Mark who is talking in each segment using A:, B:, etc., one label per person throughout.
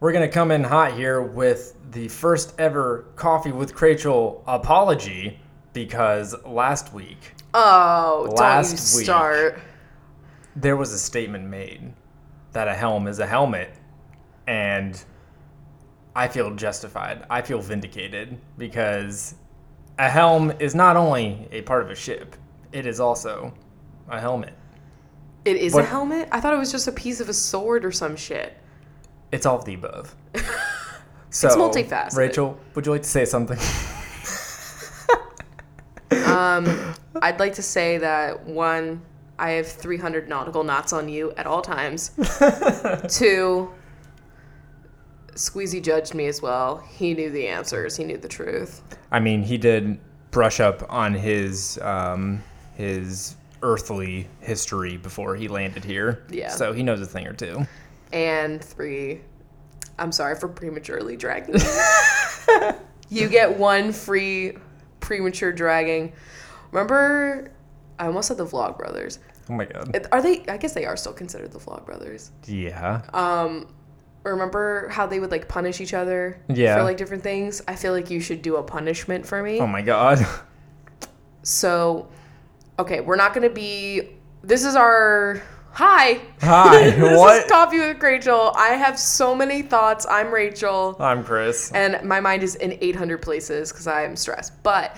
A: We're going to come in hot here with the first ever Coffee with Crachel apology because last week
B: Oh,
A: Last
B: don't you
A: week.
B: start.
A: there was a statement made that a helm is a helmet and I feel justified. I feel vindicated because a helm is not only a part of a ship, it is also a helmet.
B: It is
A: What-
B: a helmet? I thought it was just a piece of a sword or some shit.
A: It's all of the above. So,
B: multifaceted.
A: Rachel, would you like to say something?
B: I'd like to say that one, I have 300 nautical knots on you at all times. Two, Squeezy judged me as well. He knew the answers, he knew the truth.
A: I mean, he did brush up on his um, his earthly history before he landed here.
B: Yeah.
A: So he knows a thing or two.
B: And three, I'm sorry for prematurely dragging you. you get one free premature dragging. Remember, I almost said the Vlogbrothers.
A: Oh my god.
B: Are they? I guess they are still considered the Vlogbrothers.
A: Yeah.
B: Uh, Remember how they would like punish each other
A: Yeah.
B: for like different things? I feel like you should do a punishment for me.
A: oh my god.
B: So, okay, we're not gonna be. This is our hi.
A: Hi.
B: this
A: what?
B: is coffee with Rachel. I have so many thoughts. I'm Rachel.
A: I'm Chris.
B: and my mind is in 800 places because I'm stressed. But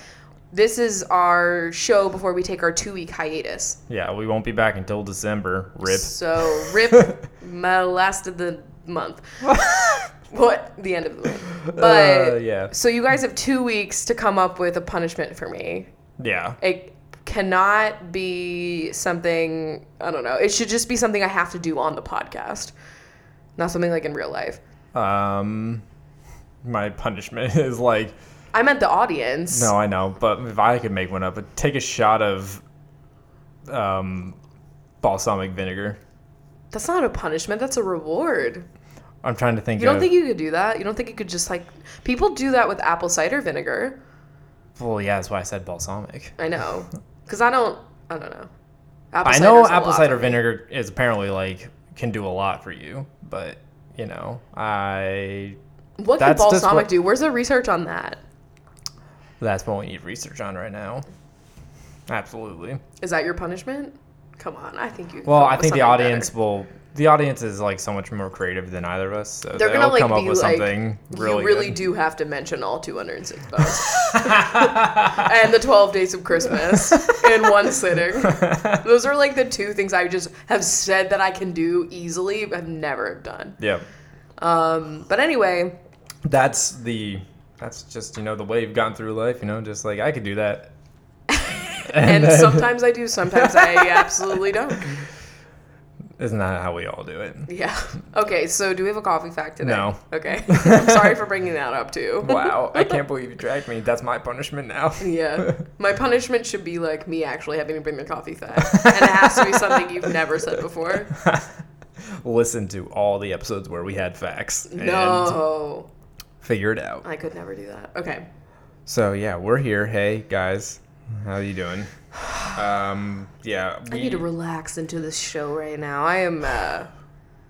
B: this is our show before we take our two week hiatus.
A: Yeah, we won't be back until December. Rip.
B: So rip my last of the month. what the end of the month?
A: Uh,
B: But
A: yeah.
B: so you guys have two weeks to come up with a punishment for me.
A: Yeah.
B: It cannot be something I don't know. It should just be something I have to do on the podcast, not something like in real life.
A: Um, my punishment is like
B: I meant the audience.
A: no, I know, but if I could make one up, but take a shot of um balsamic vinegar.
B: That's not a punishment. That's a reward.
A: I'm trying to think.
B: You don't
A: of,
B: think you could do that? You don't think you could just like people do that with apple cider vinegar?
A: Well, yeah, that's why I said balsamic.
B: I know, because I don't. I don't know. Apple
A: I know
B: cider's a
A: apple
B: lot
A: cider
B: for me.
A: vinegar is apparently like can do a lot for you, but you know, I
B: What can
A: that's just
B: balsamic
A: what-
B: do? Where's the research on that?
A: that's what we need research on right now. Absolutely.
B: Is that your punishment? Come on, I think you. can
A: Well,
B: come
A: I
B: up with
A: think the
B: something
A: audience will. The audience is like so much more creative than either of us, so
B: better. They're
A: they'll
B: gonna like
A: come up
B: be
A: with
B: like,
A: something really.
B: you really
A: good.
B: do have to mention all 206 votes and the 12 days of Christmas in one sitting. Those are like the two things I just have said that I can do easily, but I've never have done.
A: Yeah,
B: But anyway,
A: that's the. That's just you know the way you've gotten through life. You know, just like I could do that.
B: and sometimes I do, sometimes I absolutely don't.
A: Isn't that how we all do it?
B: Yeah. Okay, so do we have a coffee fact today?
A: No.
B: Okay. I'm sorry for bringing that up too.
A: Wow, I can't believe you dragged me. That's my punishment now.
B: Yeah. My punishment should be like me actually having to bring the coffee fact. And it has to be something you've never said before.
A: Listen to all the episodes where we had facts and
B: No.
A: figure it out.
B: I could never do that. Okay.
A: So yeah, we're here. Hey guys, how you doing? Um, yeah,
B: I need to relax into this show right now. I am uh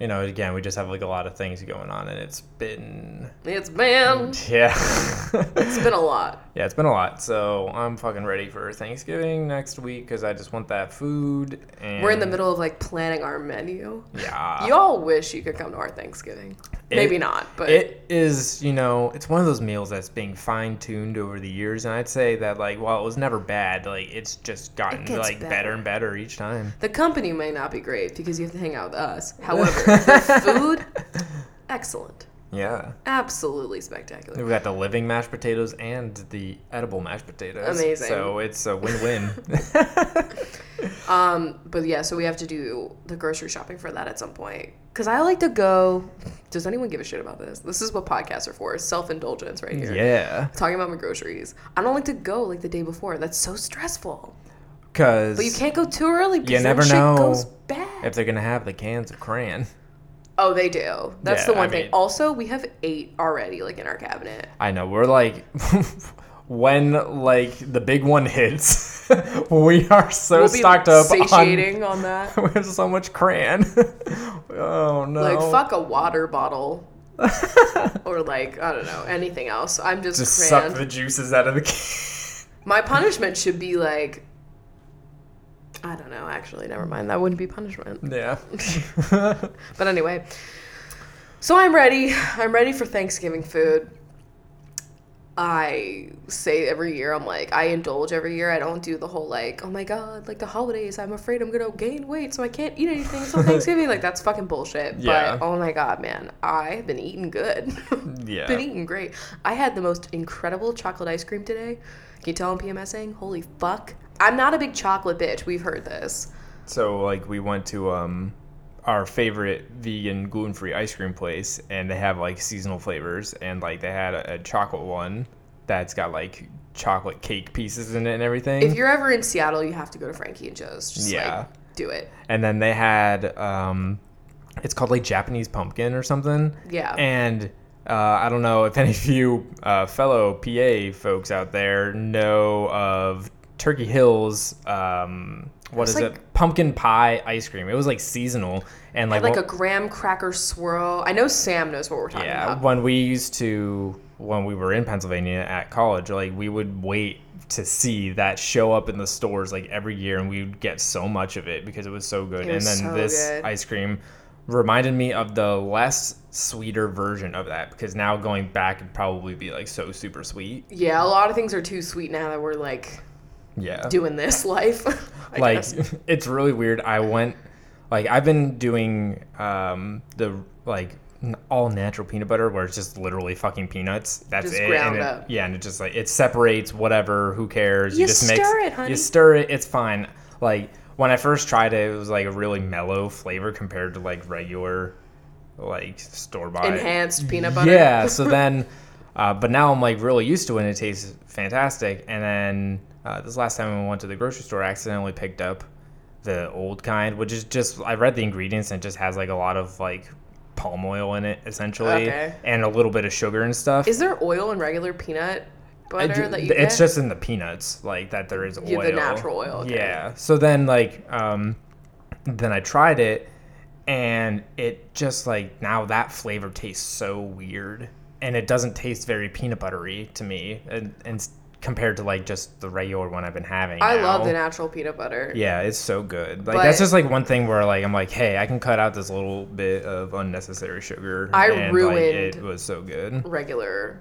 A: you know, again, we just have like a lot of things going on, and it's been
B: it's been
A: yeah,
B: it's been a lot.
A: yeah, it's been a lot. So I'm fucking ready for Thanksgiving next week because I just want that food. And
B: We're in the middle of like planning our menu.
A: Yeah,
B: Y'all wish you could come to our Thanksgiving.
A: Uh. It-
B: Maybe not, but
A: it is. You know, it's one of those meals that's being fine tuned over the years, and I'd say that like, while it was never bad, like it's just gotten
B: gets
A: like better.
B: better.
A: and better each time.
B: The company may not be great because you have to hang out with us. However, the food, excellent.
A: Yeah,
B: Absolutely spectacular.
A: we got the living mashed potatoes and the edible mashed potatoes.
B: Amazing.
A: So it's a win-win.
B: But yeah, so we have to do the grocery shopping for that at some point. Because I like to go. Does anyone give a shit about this? This is what podcasts are for self indulgence right here.
A: yeah,
B: Talking about my groceries. I don't like to go like the day before. That's so stressful.
A: because
B: But you can't go too early because
A: never
B: then
A: know
B: shit goes bad.
A: if they're gonna have the cans of crayon.
B: oh, they do. That's
A: Yeah,
B: the one
A: I
B: thing.
A: mean-
B: also, we have eight already like in our cabinet.
A: I know we're like, when like the big one hits, we are so
B: We'll be
A: stocked up on.
B: satiating on that.
A: We have so much crayon. oh no!
B: Like fuck a water bottle. or like I don't know anything else. I'm just,
A: Just
B: crammed.
A: suck the juices out of the can.
B: My punishment should be like I don't know. Actually, never mind. That wouldn't be punishment.
A: yeah.
B: But anyway, so I'm ready. I'm ready for Thanksgiving food. I say every year, I'm like, I indulge every year. I don't do the whole like, oh my god, like the holidays, I'm afraid I'm gonna gain weight, so I can't eat anything until Thanksgiving. like, that's fucking bullshit.
A: Yeah.
B: But oh my god, man, I've been eating good.
A: Yeah.
B: Been eating great. I had the most incredible chocolate ice cream today. Can you tell I'm PMSing? Holy fuck. I'm not a big chocolate bitch. We've heard this.
A: So like we went to um our favorite vegan gluten free ice cream place and they have like seasonal flavors and like they had a, a chocolate one that's got like chocolate cake pieces in it and everything.
B: If you're ever in Seattle, you have to go to Frankie and Joe's. Just
A: Yeah.
B: like do it.
A: and then they had um it's called like Japanese pumpkin or something.
B: Yeah.
A: And uh, I don't know if any of you uh, fellow PA folks out there know of Turkey Hills. Um, what
B: It's
A: is
B: like-
A: it? Pumpkin pie ice cream. It was like seasonal and like
B: like
A: what-
B: a graham cracker swirl. I know Sam knows what we're talking
A: Yeah,
B: about.
A: when we used to, when we were in Pennsylvania at college, like we would wait to see that show up in the stores like every year, and we would get so much of it because it was so good.
B: It was
A: and then
B: so
A: this
B: good.
A: ice cream reminded me of the less sweeter version of that because now going back it'd probably be like so super sweet.
B: Yeah, a lot of things are too sweet now that we're like
A: Yeah.
B: doing this life. I
A: like
B: guess.
A: it's really weird. I went like I've been doing um the like n- all natural peanut butter where it's just literally fucking peanuts. That's
B: Just
A: it.
B: ground
A: and it-
B: up.
A: yeah, and it just like it separates whatever, who cares?
B: You
A: just
B: stir it, honey.
A: You stir it, it's fine. Like when I first tried it, it was like a really mellow flavor compared to like regular like store bought
B: enhanced peanut butter.
A: yeah, so then, uh, but now I'm like really used to it and it tastes fantastic. And then uh, this last time I went to the grocery store, I accidentally picked up the old kind, which is just, I read the ingredients and it just has like a lot of like palm oil in it essentially
B: Okay.
A: and a little bit of sugar and stuff.
B: Is there oil in regular peanut
A: I
B: butter
A: ju-
B: that you get?
A: it's just in the peanuts, like that there is oil.
B: Yeah, the natural oil, okay.
A: Yeah. So then, like, um, then I tried it, and it just like now that flavor tastes so weird, and it doesn't taste very peanut buttery to me, and, and s- compared to like just the regular one I've been having.
B: I
A: now.
B: love the natural peanut butter.
A: Yeah, it's so good. Like
B: But-
A: that's just like one thing where like I'm like, hey, I can cut out this little bit of unnecessary sugar.
B: I
A: and, like,
B: ruined-
A: it was so good.
B: Regular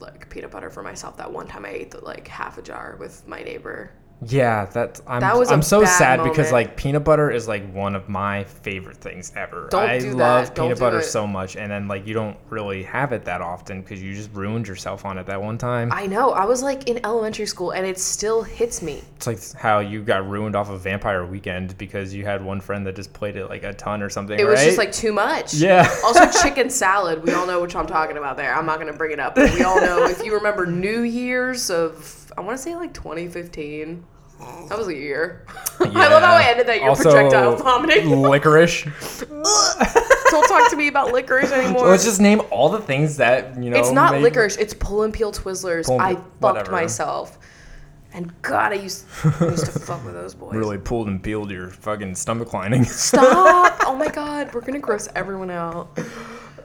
B: like peanut butter for myself that one time I ate the, like half a jar with my neighbor.
A: Yeah, that's I'm
B: That was a
A: I'm so
B: bad
A: sad because
B: moment.
A: like peanut butter is like one of my favorite things ever.
B: Don't
A: I
B: do that.
A: love
B: Don't
A: peanut
B: do
A: butter
B: it.
A: so much and then like you don't really have it that often cuz you just ruined yourself on it that one time.
B: I know. I was like in elementary school and it still hits me.
A: it's like how you got ruined off of Vampire Weekend because you had one friend that just played it like a ton or something,
B: It was just
A: right?
B: like too much.
A: Yeah.
B: also, chicken salad. We all know which I'm talking about there. I'm not going to bring it up. But we all know if you remember New Year's of, I want to say like 2015. That was a year. I love how I
A: Yeah.
B: ended that year
A: Also,
B: projectile vomiting.
A: licorice.
B: Don't talk to me about licorice anymore.
A: Let's just name all the things that, you know,
B: it's not
A: make-
B: licorice. It's pull and peel Twizzlers.
A: Pull and
B: I
A: peel-
B: fucked
A: whatever.
B: myself. And God, I used, I used to fuck with those boys.
A: really pulled and peeled your fucking stomach lining.
B: Stop! Oh my God, we're gonna gross everyone out.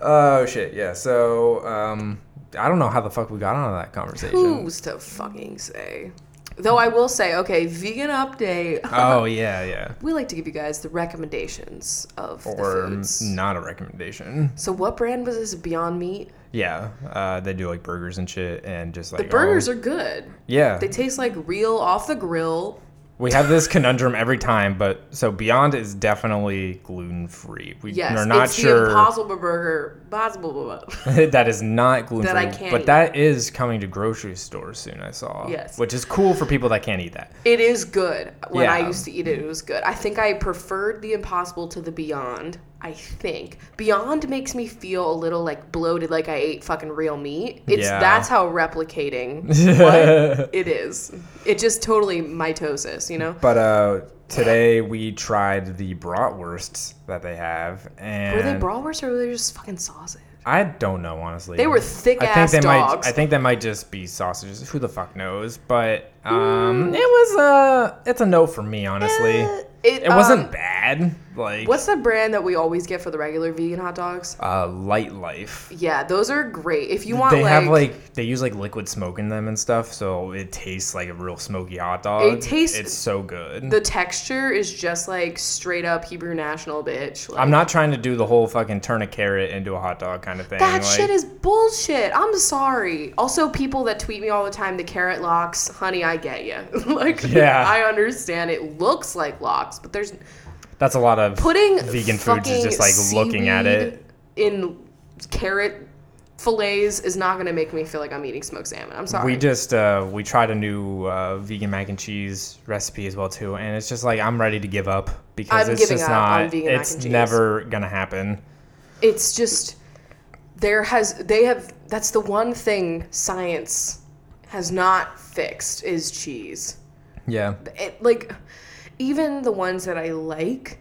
A: Oh shit, yeah. So um I don't know how the fuck we got onto that conversation.
B: Who's to fucking say? Though I will say, okay, vegan update.
A: Oh yeah, yeah.
B: We like to give you guys the recommendations of the
A: Or
B: foods.
A: not a recommendation.
B: So what brand was this? Beyond Meat.
A: Yeah, uh, they do like burgers and shit, and just like
B: The burgers are good.
A: yeah,
B: They taste like real off the grill.
A: we have this conundrum every time. But so Beyond is definitely gluten free. We
B: Yes,
A: are not
B: it's
A: sure
B: the Impossible Burger. Possible. Blah, blah, blah.
A: that is not gluten
B: That I
A: free.
B: can't
A: But
B: eat.
A: that is coming to grocery stores soon. I saw.
B: Yes.
A: which is cool for people that can't eat that.
B: It is good. When I
A: Yeah.
B: used to eat it, it was good. I think I preferred the Impossible to the Beyond. I think Beyond makes me feel a little like bloated, like I ate fucking real meat. It's
A: Yeah.
B: that's how replicating what it is. It just totally mitosis, you know.
A: But uh, today we tried the bratwursts that they have, and
B: Were they bratwurst or were they just fucking sausage?
A: I don't know honestly.
B: They were thick
A: I
B: ass
A: think they
B: dogs.
A: might. I think that might just be sausages. Who the fuck knows? But
B: Hmm.
A: um, it was a. It's a no for me, honestly.
B: Uh, it,
A: It wasn't
B: Eh, um,
A: bad. Like
B: What's the brand that we always get for the regular vegan hot dogs?
A: uh, light life.
B: Yeah, those are great. If you want,
A: they
B: like,
A: have like they use like liquid smoke in them and stuff, so it tastes like a real smoky hot dog.
B: It tastes-
A: It's so good.
B: the texture is just like straight up Hebrew national bitch. Like,
A: I'm not trying to do the whole fucking turn a carrot into a hot dog kind of thing. like,
B: That shit is bullshit. I'm sorry. Also, people that tweet me all the time, the carrot locks, honey, I get you. like,
A: Yeah.
B: I understand. It looks like locks, but there's
A: that's a lot of
B: putting
A: vegan foods is
B: fucking
A: just like looking at
B: seaweed
A: it.
B: in carrot fillets is not gonna make me feel like I'm eating smoked salmon. I'm sorry.
A: We just uh, we tried a new uh, vegan mac and cheese recipe as well too, and it's just like I'm ready to give up because
B: I'm
A: it's
B: giving
A: just
B: up on
A: not.
B: vegan mac
A: it's
B: and cheese.
A: never gonna happen.
B: it's just there has they have that's the one thing science has not fixed is cheese.
A: Yeah,
B: it like even the ones that I like,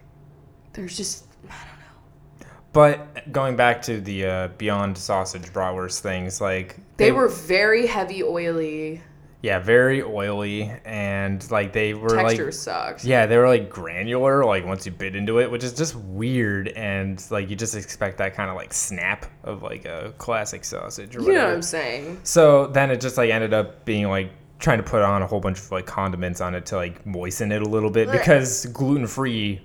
B: there's just
A: but going back to the uh, Beyond Sausage Bratwurst things, like
B: they were very heavy, oily.
A: yeah very oily and like they were
B: Texture
A: like
B: sucked.
A: yeah they were like granular like once you bit into it, which is just weird and like you just expect that kind of like snap of like a classic sausage. Or
B: You know
A: whatever.
B: what I'm saying?
A: So then it just like ended up being like trying to put on a whole bunch of like condiments on it to like moisten it a little bit
B: Blech.
A: because gluten free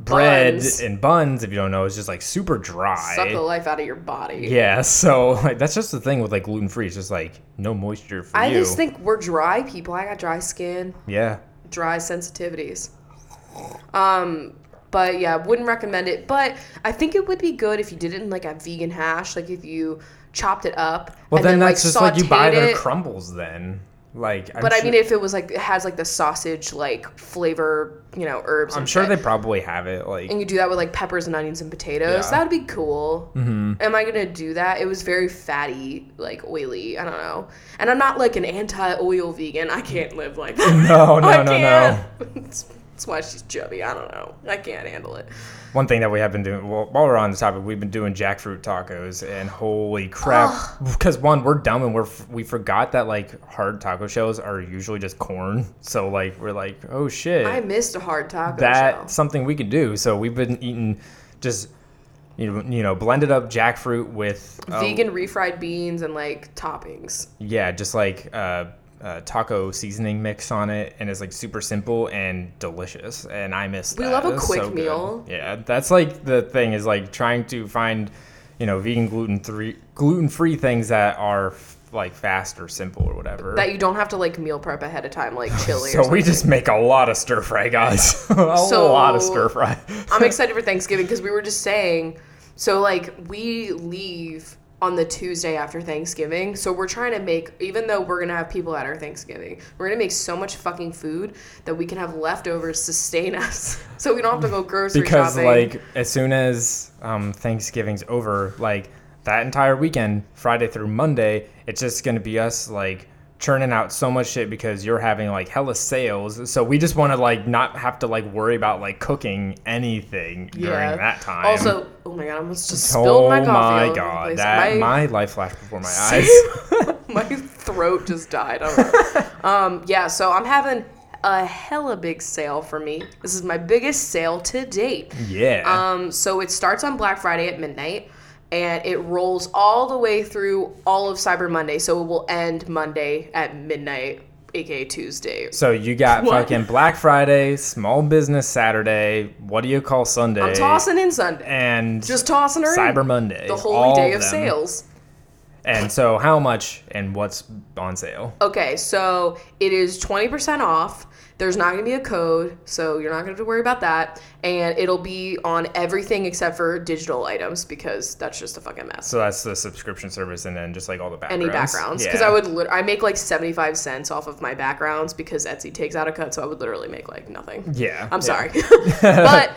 A: bread
B: Buns.
A: and buns, if you don't know, is just like super dry.
B: Suck the life out of your body.
A: yeah, so like that's just the thing with like gluten free. It's just like no moisture for
B: I
A: you.
B: just think we're dry people. I got dry skin,
A: yeah,
B: dry sensitivities. Um, but yeah, wouldn't recommend it. But I think it would be good if you did it in like a vegan hash, like if you chopped it up.
A: well
B: and
A: then, that's just like you buy
B: sauteed
A: their
B: it.
A: crumbles then. Like, I'm
B: But I
A: sure-
B: mean, if it was like it has like the sausage like flavor, you know, herbs.
A: I'm
B: and
A: sure
B: shit.
A: they probably have it. Like,
B: and you do that with like peppers and onions and potatoes.
A: Yeah. Mm-hmm.
B: That'd be cool. Am I gonna do that? It was very fatty, like oily. I don't know. And I'm not like an anti-oil vegan. I can't live like that.
A: no, no, no,
B: I
A: no.
B: can't. That's that's why she's chubby. I don't know. I can't handle it.
A: One thing that we have been doing well, while we're on the topic, we've been doing jackfruit tacos, and holy crap! Because one, we're dumb and we're f- we forgot that like hard taco shells are usually just corn, so like we're like, oh shit,
B: I missed a hard taco.
A: that's
B: shell.
A: something we could do. So we've been eating just you know you know blended up jackfruit with uh,
B: vegan refried beans and like toppings.
A: yeah, just like uh, uh, taco seasoning mix on it, and it's like super simple and delicious. And I miss
B: We
A: that.
B: love a
A: It's
B: quick
A: good.
B: meal.
A: Yeah, that's like the thing is like trying to find, you know, vegan gluten three gluten free things that are f- like fast or simple or whatever.
B: That you don't have to like meal prep ahead of time, like chili. or
A: so we just make a lot of stir fry, guys. a
B: So-
A: lot of stir fry.
B: I'm excited for Thanksgiving because we were just saying, so like we leave on the Tuesday after Thanksgiving. So we're trying to make, even though we're going to have people at our Thanksgiving, we're going to make so much fucking food that we can have leftovers sustain us. So we don't have to go grocery
A: because
B: shopping.
A: like as soon as um, Thanksgiving's over, like that entire weekend, Friday through Monday, it's just gonna be us like churning out so much shit because you're having like hella sales. So we just want to like not have to like worry about like cooking anything during that time.
B: Also, oh my God, I almost just spilled
A: oh
B: my coffee.
A: my
B: all over the
A: god,
B: place.
A: that
B: My-
A: my life flashed before my eyes.
B: my throat just died. I don't know. um, yeah, so I'm having a hella big sale for me. This is my biggest sale to date.
A: Yeah,
B: Um, so it starts on Black Friday at midnight and it rolls all the way through all of Cyber Monday. So it will end Monday at midnight, aka Tuesday.
A: so you got
B: what?
A: fucking Black Friday, Small Business Saturday. What do you call Sunday?
B: I'm tossing in Sunday.
A: and
B: Just tossing her
A: Cyber
B: in.
A: Monday,
B: The
A: all
B: holy day of
A: them.
B: sales.
A: And so, how much and what's on sale?
B: Okay, so it is 20% off. There's not going to be a code, so you're not going to have to worry about that. And it'll be on everything except for digital items because that's just a fucking mess.
A: So that's the subscription service, and then just like all the backgrounds.
B: Any backgrounds? Because I would, lit- I make like 75 cents off of my backgrounds because Etsy takes out a cut, so I would literally make like nothing.
A: Yeah, yeah.
B: I'm sorry. but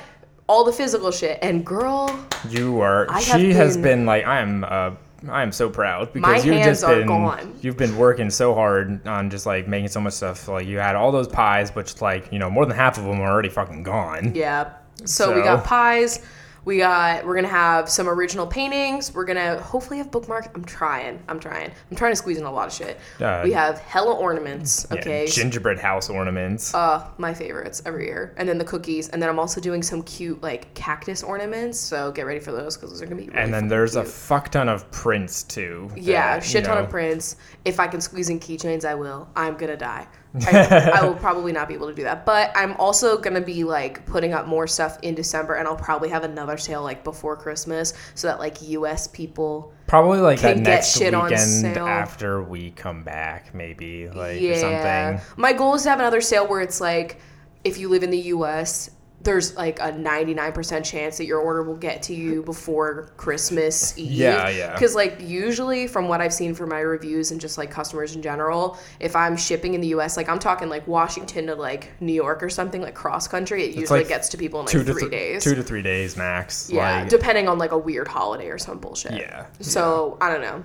B: all the physical shit. And girl,
A: You are.
B: I
A: she
B: have
A: has
B: been-
A: been like I am. Uh, I am so proud because
B: My
A: you've
B: hands
A: just
B: are
A: been
B: gone.
A: you've been working so hard on just like making so much stuff. Like you had all those pies, which like you know more than half of them are already fucking gone.
B: Yeah. So, we
A: So-
B: got pies. We got we're gonna have some original paintings. We're gonna hopefully have bookmarks. I'm trying. I'm trying. I'm trying to squeeze in a lot of shit.
A: Uh,
B: we have hella ornaments.
A: Yeah,
B: Okay.
A: gingerbread house ornaments.
B: uh, my favorites every year, and then the cookies, and then I'm also doing some cute like cactus ornaments. So get ready for those because those are gonna be. Really
A: and then
B: fucking
A: there's a
B: cute.
A: fuck ton of prints too.
B: Yeah,
A: that,
B: shit
A: you
B: ton
A: know,
B: of prints. If I can squeeze in keychains, I will. I'm gonna die. I, I will probably not be able to do that. But I'm also gonna be like putting up more stuff in December, and I'll probably have another sale like before Christmas, so that like U.S. people.
A: Probably like that
B: can get
A: next
B: shit on
A: weekend
B: sale.
A: after we come back, maybe like or something.
B: My goal is to have another sale where it's like, if you live in the U.S. There's like a 99% chance that your order will get to you before Christmas Eve.
A: Yeah, yeah.
B: Because, like, usually from what I've seen from my reviews and just like customers in general, if I'm shipping in the US, like I'm talking like Washington to like New York or something, like cross country, it usually
A: like
B: gets to people in like
A: Two to
B: three
A: thr-
B: days.
A: Two to three days max.
B: yeah,
A: like,
B: depending on like a weird holiday or some bullshit.
A: Yeah.
B: So I don't know.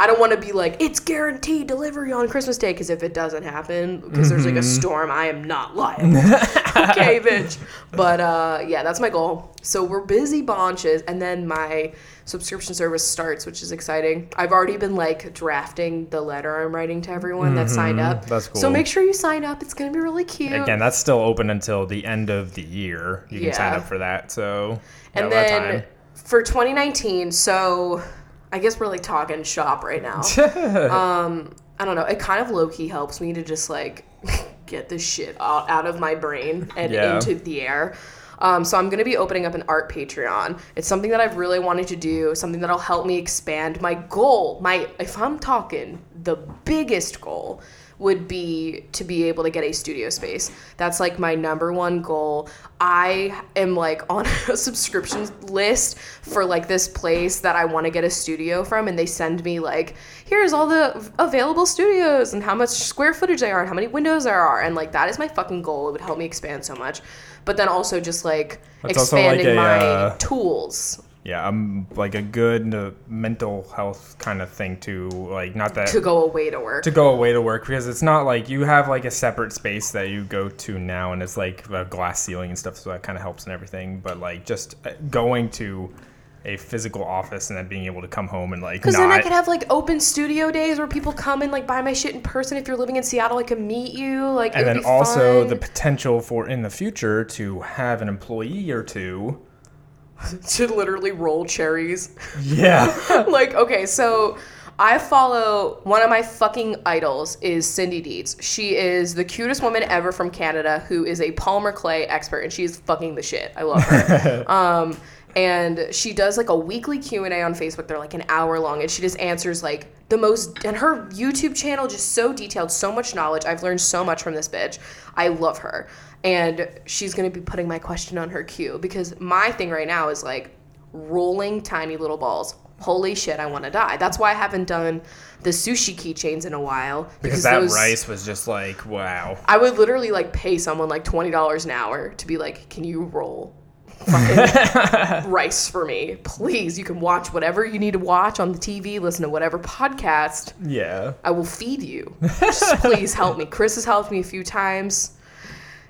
B: I don't want to be like it's guaranteed delivery on Christmas Day because if it doesn't happen, because there's like a
A: Mm-hmm.
B: storm, I am not liable. okay, bitch. But uh, yeah, that's my goal. So we're busy bonches, and then my subscription service starts, which is exciting. I've already been like drafting the letter I'm writing to everyone that signed up.
A: Mm-hmm. that's
B: So
A: cool.
B: make sure you sign up. It's gonna be really cute.
A: Again, that's still open until the end of the year. You can sign
B: Yeah.
A: up for that. So you
B: and
A: got a lot of
B: then
A: time.
B: for 2019, so I guess we're like talking shop right now. um I don't know. It kind of low key helps me to just like get this shit out, out of my brain and
A: Yeah.
B: into the air. Um, so I'm gonna be opening up an art Patreon. It's something that I've really wanted to do. Something that'll help me expand my goal. My if I'm talking the biggest goal would be to be able to get a studio space. That's like my number one goal. I am like on a subscription list for like this place that I want to get a studio from and they send me like here's all the v- available studios and how much square footage they are and how many windows there are and like that is my fucking goal. It would help me expand so much. But then also just like
A: It's also like
B: expanding
A: a,
B: my
A: uh,
B: tools
A: Yeah, I'm like a good uh, mental health kind of thing to like not that
B: to go away to work.
A: to go away to work because it's not like you have like a separate space that you go to now and it's like a glass ceiling and stuff so that kind of helps and everything but like just uh, going to a physical office and then being able to come home and like
B: Because then I
A: not
B: could have like open studio days where people come and like buy my shit in person. If you're living in Seattle, I can meet you. Like,
A: and
B: it'd
A: then
B: be
A: also the
B: fun.
A: potential for in the future to have an employee or two
B: to literally roll cherries.
A: yeah
B: like, okay, so I follow one of my fucking idols is Cindy Deeds. She is the cutest woman ever from Canada who is a Palmer Clay expert and she's fucking the shit. I love her. um and she does like a weekly Q&A on Facebook. They're like an hour long and she just answers like the most and her YouTube channel just so detailed, so much knowledge. I've learned so much from this bitch. I love her. And she's going to be putting my question on her queue because my thing right now is like rolling tiny little balls. Holy shit, I want to die. That's why I haven't done the sushi keychains in a while.
A: because that
B: those-
A: rice was just like wow
B: I would literally like pay someone like twenty dollars an hour to be like, "Can you roll fucking rice for me, please?" You can watch whatever you need to watch on the TV, listen to whatever podcast.
A: yeah
B: I will feed you. Just please help me. Chris has helped me a few times.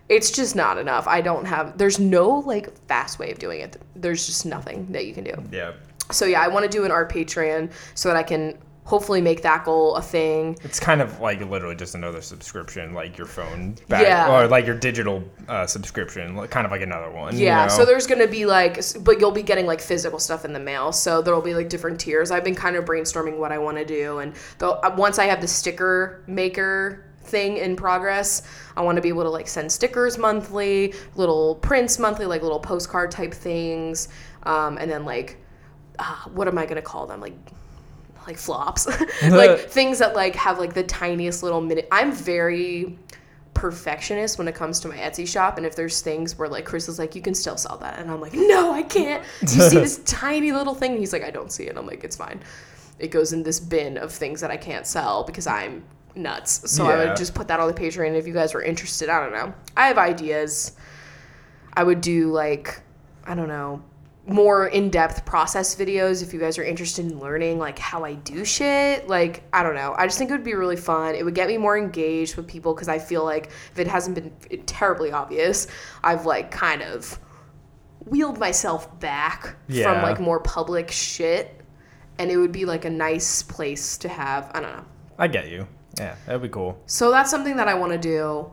B: It's just not enough. I don't have. There's no like fast way of doing it. There's just nothing that you can do.
A: yeah
B: So yeah, I want to do an art Patreon so that I can hopefully make that goal a thing.
A: It's kind of like literally just another subscription, like your phone back,
B: Yeah.
A: or like your digital uh, subscription, like- kind of like another one. you
B: Yeah,
A: know?
B: so there's gonna be like, s- but you'll be getting like physical stuff in the mail. So there'll be like different tiers. I've been kind of brainstorming what I want to do, and though uh, once I have the sticker maker thing in progress, I want to be able to like send stickers monthly, little prints monthly, like little postcard type things, um, and then like, uh, what am I gonna call them? Like. Like flops, like things that like have like the tiniest little minute. I'm very perfectionist when it comes to my Etsy shop. And if there's things where like Chris is like, you can still sell that. And I'm like, no, I can't. Do you see this tiny little thing? And he's like, I don't see it. I'm like, it's fine. It goes in this bin of things that I can't sell because I'm nuts. So I
A: Yeah.
B: would just put that on the Patreon if you guys were interested. I don't know. I have ideas. I would do like, I don't know, more in depth process videos if you guys are interested in learning like how I do shit. Like, I don't know. I just think it would be really fun. It would get me more engaged with people because I feel like if it hasn't been terribly obvious, I've like kind of wield myself back
A: Yeah.
B: from like more public shit. And it would be like a nice place to have. I don't know.
A: I get you. Yeah, that'd be cool.
B: So that's something that I want to do.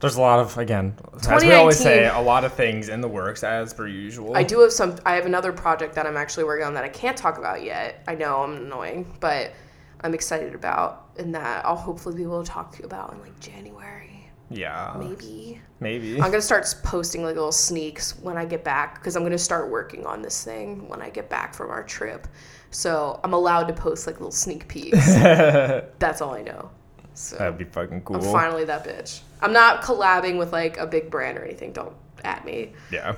A: There's a lot of again, as we always
B: 2019.
A: say, a lot of things in the works as per usual.
B: I do have some. I have another project that I'm actually working on that I can't talk about yet. I know I'm annoying, but I'm excited about, and that I'll hopefully be able to talk to you about in like January,
A: Yeah,
B: maybe.
A: maybe.
B: I'm gonna start s- posting like little sneaks when I get back because I'm gonna start working on this thing when I get back from our trip. So I'm allowed to post like little sneak peeks. That's all I know. So
A: That'd be fucking cool.
B: I'm finally that bitch. I'm not collabing with like a big brand or anything. Don't at me.
A: Yeah,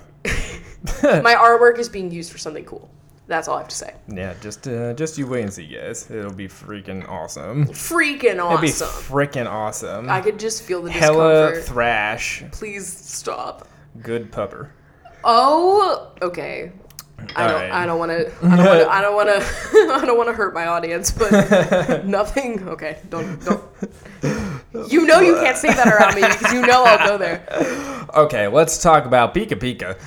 B: My artwork is being used for something cool. That's all I have to say.
A: yeah. Just, uh, just you wait and see, guys. It'll be freaking awesome.
B: Freaking
A: It'd be
B: awesome.
A: freaking awesome.
B: I could just feel the
A: Hella
B: discomfort.
A: thrash,
B: Please stop.
A: good pupper.
B: Oh, okay. I don't,
A: Alright.
B: I don't want to. I don't want to. I don't want to hurt my audience, but nothing. Okay, don't. don't. You know you can't say that around me because you know I'll go there.
A: Okay, let's talk about Pika Pika.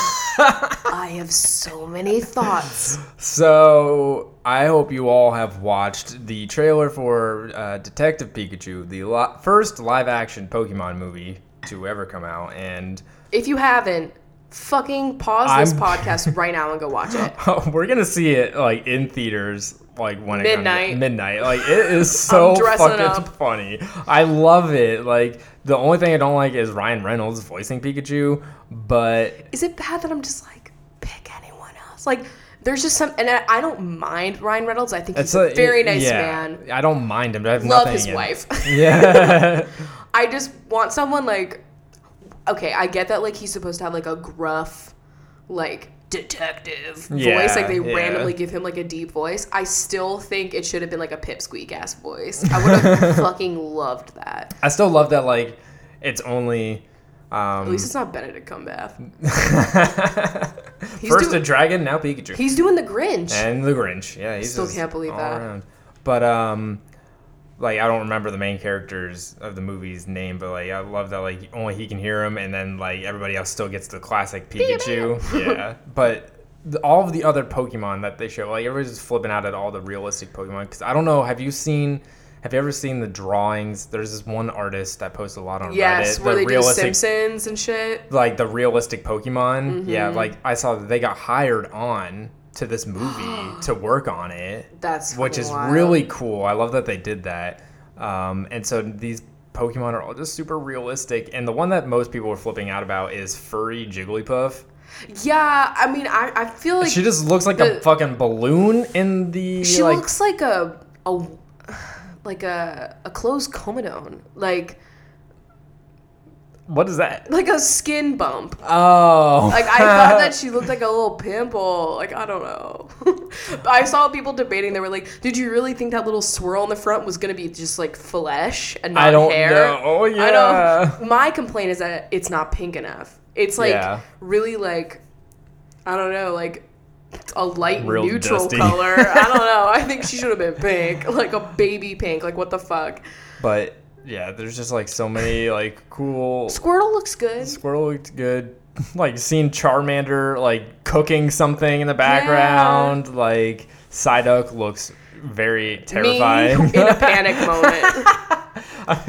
B: I have so many thoughts.
A: So I hope you all have watched the trailer for uh, Detective Pikachu, the li- first live-action Pokemon movie to ever come out, and
B: If you haven't, fucking pause this
A: I'm-
B: podcast right now and go watch it.
A: we're gonna see it like in theaters, like when it comes-
B: Midnight.
A: midnight. Like it is so
B: I'm dressing
A: fucking
B: up.
A: funny. I love it. Like the only thing I don't like is Ryan Reynolds voicing Pikachu, but
B: is it bad that I'm just like pick anyone else? Like there's just some, and I, I don't mind Ryan Reynolds. I think
A: it's
B: he's a,
A: a-
B: very nice
A: yeah.
B: man.
A: I don't mind him. but I have
B: Love
A: nothing
B: his
A: against-
B: wife.
A: Yeah.
B: I just want someone like, okay, I get that like he's supposed to have like a gruff, like detective
A: Yeah,
B: voice. Like they
A: yeah.
B: randomly give him like a deep voice. I still think it should have been like a pipsqueak ass voice. I would have fucking loved that.
A: I still love that. Like it's only.
B: At
A: Um,
B: least it's not Benedict Cumberbatch. He's
A: first
B: doing-
A: a dragon, now Pikachu.
B: He's doing the Grinch.
A: And the Grinch. Yeah, he's
B: Still
A: just
B: can't believe
A: all
B: that.
A: around. But um, like I don't remember the main characters of the movie's name, but like I love that like only he can hear him, and then like everybody else still gets the classic Pikachu. yeah, but. the- All of the other Pokemon that they show, like everybody's just flipping out at all the realistic Pokemon. Because I don't know, have you seen, have you ever seen the drawings? There's this one artist that posts a lot on
B: yes,
A: Reddit.
B: where
A: the
B: they
A: realistic
B: do Simpsons and shit.
A: like the realistic Pokemon.
B: Mm-hmm.
A: Yeah, like I saw that they got hired on to this movie to work on it,
B: That's
A: which is
B: wild.
A: really cool. I love that they did that. Um, and so these Pokemon are all just super realistic. And the one that most people are flipping out about is furry Jigglypuff.
B: Yeah, I mean, I, I feel like
A: She
B: she,
A: just looks like a
B: the-
A: fucking balloon in the like.
B: looks like a a like a a closed comedone, like
A: what is that?
B: like a skin bump.
A: Oh,
B: Like I thought that she looked like a little pimple. Like I don't know. But I saw people debating. They were like, "Did you really think that little swirl in the front was gonna be just like flesh and not
A: I don't
B: hair?"
A: know. Oh,
B: I
A: yeah.
B: don't. My complaint is that it's not pink enough. It's like
A: Yeah.
B: really like I don't know, like a light
A: Real
B: neutral
A: dusty.
B: color. I don't know. I think she should have been pink, like a baby pink. Like what the fuck?
A: But yeah, there's just like so many like cool
B: Squirtle looks good.
A: Squirtle looked good. Like seeing Charmander like cooking something in the background. Like Psyduck looks very terrifying.
B: Me in a panic moment.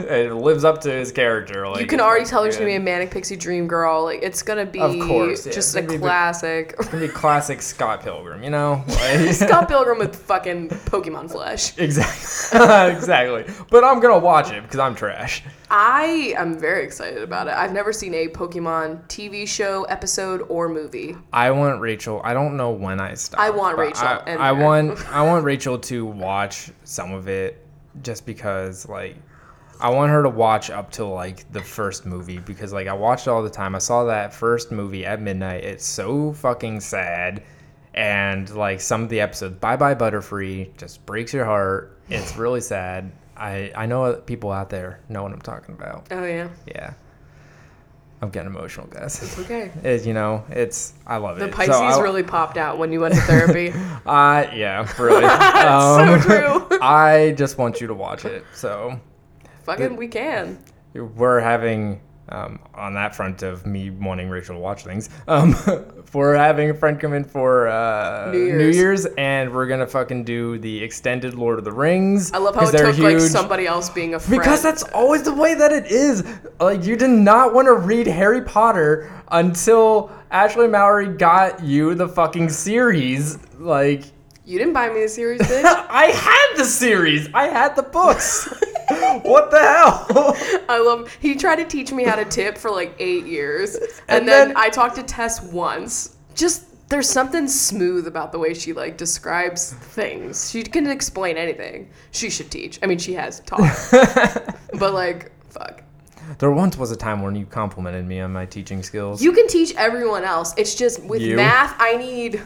A: it lives up to his character. Like
B: You can already tell there's
A: yeah.
B: gonna be a manic pixie dream girl. Like it's gonna be
A: Of course, yeah, it's
B: just a
A: gonna be the-
B: classic.
A: It's gonna be classic Scott Pilgrim. You know, Like-
B: Scott Pilgrim with fucking Pokemon flesh.
A: exactly, exactly. But I'm gonna watch it because I'm trash.
B: I am very excited about it. I've never seen a Pokemon TV show episode or movie.
A: I want Rachel. I don't know when I stop.
B: I want
A: but
B: Rachel
A: I,
B: in
A: I
B: there.
A: want I want Rachel to watch some of it, just because like I want her to watch up to like the first movie because like I watched it all the time. I saw that first movie at midnight. It's so fucking sad, and like some of the episodes, Bye Bye Butterfree, just breaks your heart. It's really sad. I I know people out there know what I'm talking about.
B: Oh yeah.
A: Yeah, I'm getting emotional, guys.
B: Okay.
A: It, you know, it's I love
B: The
A: it. So
B: Pisces
A: I-
B: really popped out when you went to therapy.
A: Uh, yeah, really. um,
B: so true.
A: I just want you to watch it. So
B: Fucking, we can.
A: we're having um, on that front of me wanting Rachel to watch things, um, for having a friend come in for uh,
B: New Year's.
A: and we're gonna fucking do the extended Lord of the Rings.
B: I love how
A: 'cause
B: it took like
A: huge.
B: somebody else being a friend.
A: Because that's always the way that it is. Like you did not want to read Harry Potter until Ashley Mowry got you the fucking series. Like
B: you didn't buy me the series, bitch.
A: I had the series. I had the books. what the hell?
B: I love. He tried to teach me how to tip for like eight years, and,
A: And
B: then,
A: then-
B: I talked to Tess once. Just there's something smooth about the way she like describes things. She can explain anything. She should teach. I mean, she has taught, but like, fuck.
A: there once was a time when you complimented me on my teaching skills.
B: You can teach everyone else. It's just with
A: You?
B: math, I need.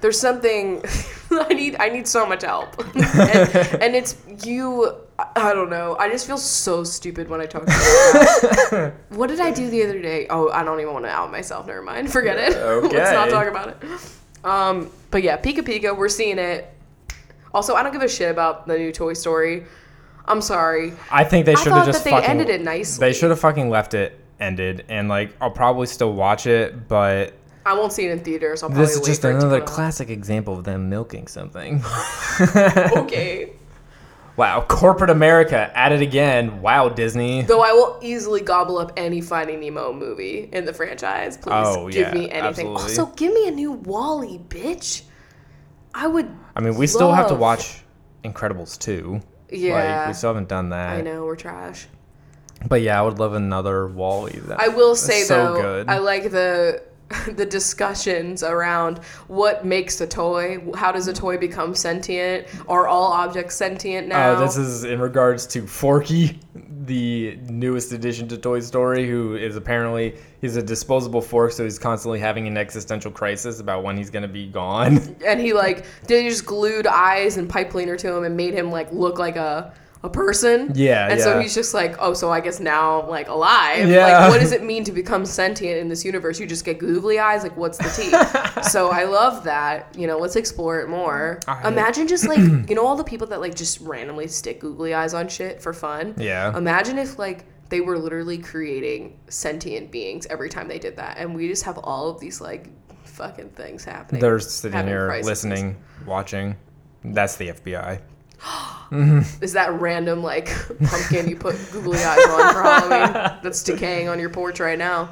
B: There's something I need. I need so much help, and, and it's you. I- I don't know. I just feel so stupid when I talk to you. about that. what did I do the other day? Oh, I don't even want to out myself. Never mind. Forget it. Let's not
A: Okay.
B: talk about it. Um, but yeah, Pika Pika, we're seeing it. Also, I don't give a shit about the new Toy Story. I'm sorry.
A: I think they
B: I
A: should
B: thought
A: have just
B: that they
A: fucking
B: ended it nicely.
A: They should have fucking left it ended and like I'll probably still watch it, but
B: I won't see it in theaters. I'll probably
A: this is
B: wait
A: just
B: for it to
A: another
B: come out.
A: classic example of them milking something.
B: Okay.
A: Wow, corporate America at it again. Wow, Disney.
B: Though I will easily gobble up any Finding Nemo movie in the franchise. Please
A: Oh,
B: give
A: yeah,
B: me anything.
A: absolutely.
B: Also, give me a new Wally, bitch. I would.
A: I mean, we still have to
B: love-
A: watch Incredibles 2.
B: Yeah.
A: Like, we still haven't done that.
B: I know we're trash.
A: But yeah, I would love another Wally. That,
B: I will say
A: so
B: though,
A: good. Uh,
B: I like the the discussions around what makes a toy. How does a toy become sentient? Are all objects sentient now?
A: Uh, this is in regards to Forky, the newest addition to Toy Story, who is apparently he's a disposable fork, so he's constantly having an existential crisis about when he's gonna be gone.
B: and he like they just glued eyes and pipe cleaner to him and made him like look like a a person.
A: Yeah,
B: And so
A: yeah.
B: he's just like, oh, so I guess now like alive.
A: Yeah.
B: Like, what does it mean to become sentient in this universe? You just get googly eyes. Like, what's the tea? so I love that. You know, let's explore it more.
A: I-
B: Imagine just like you know all the people that like just randomly stick googly eyes on shit for fun.
A: Yeah.
B: Imagine if like. They were literally creating sentient beings every time they did that, and we just have all of these like fucking things happening.
A: They're sitting
B: having
A: here
B: crises.
A: listening, watching. That's the FBI.
B: Is that random like pumpkin you put googly eyes on for Halloween that's decaying on your porch right now?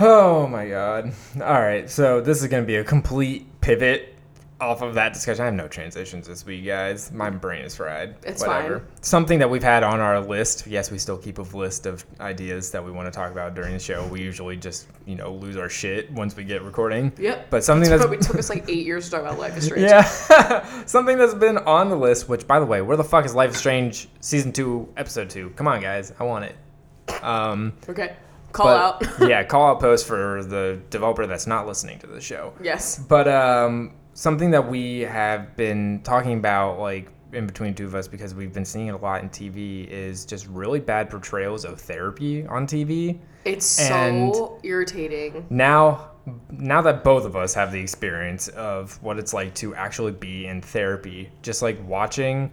A: Oh my god. All right, so this is going to be a complete pivot off of that discussion. I have no transitions this week, guys. My brain is fried.
B: It's fine.
A: Something that we've had on our list. Yes, we still keep a list of ideas that we want to talk about during the show. We usually just, you know, lose our shit once we get recording.
B: Yep.
A: But something that's
B: But it took us like eight years to talk about Life is Strange.
A: yeah, something that's been on the list. Which, by the way, where the fuck is Life is Strange season two, episode two? Come on, guys, I want it. Um,
B: Okay. Call out.
A: but- yeah, call out post for the developer that's not listening to the show.
B: yes.
A: But um, something that we have been talking about, like in between two of us, because we've been seeing it a lot in TV, is just really bad portrayals of therapy on TV.
B: It's
A: And-
B: so irritating.
A: Now, now that both of us have the experience of what it's like to actually be in therapy, just like watching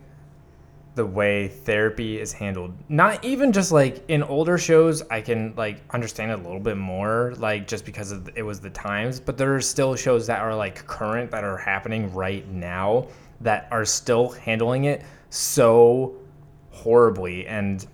A: the way therapy is handled. Not even just like in older shows, I can like understand it a little bit more, like just because of it was the times. But there are still shows that are like current that are happening right now that are still handling it so horribly. And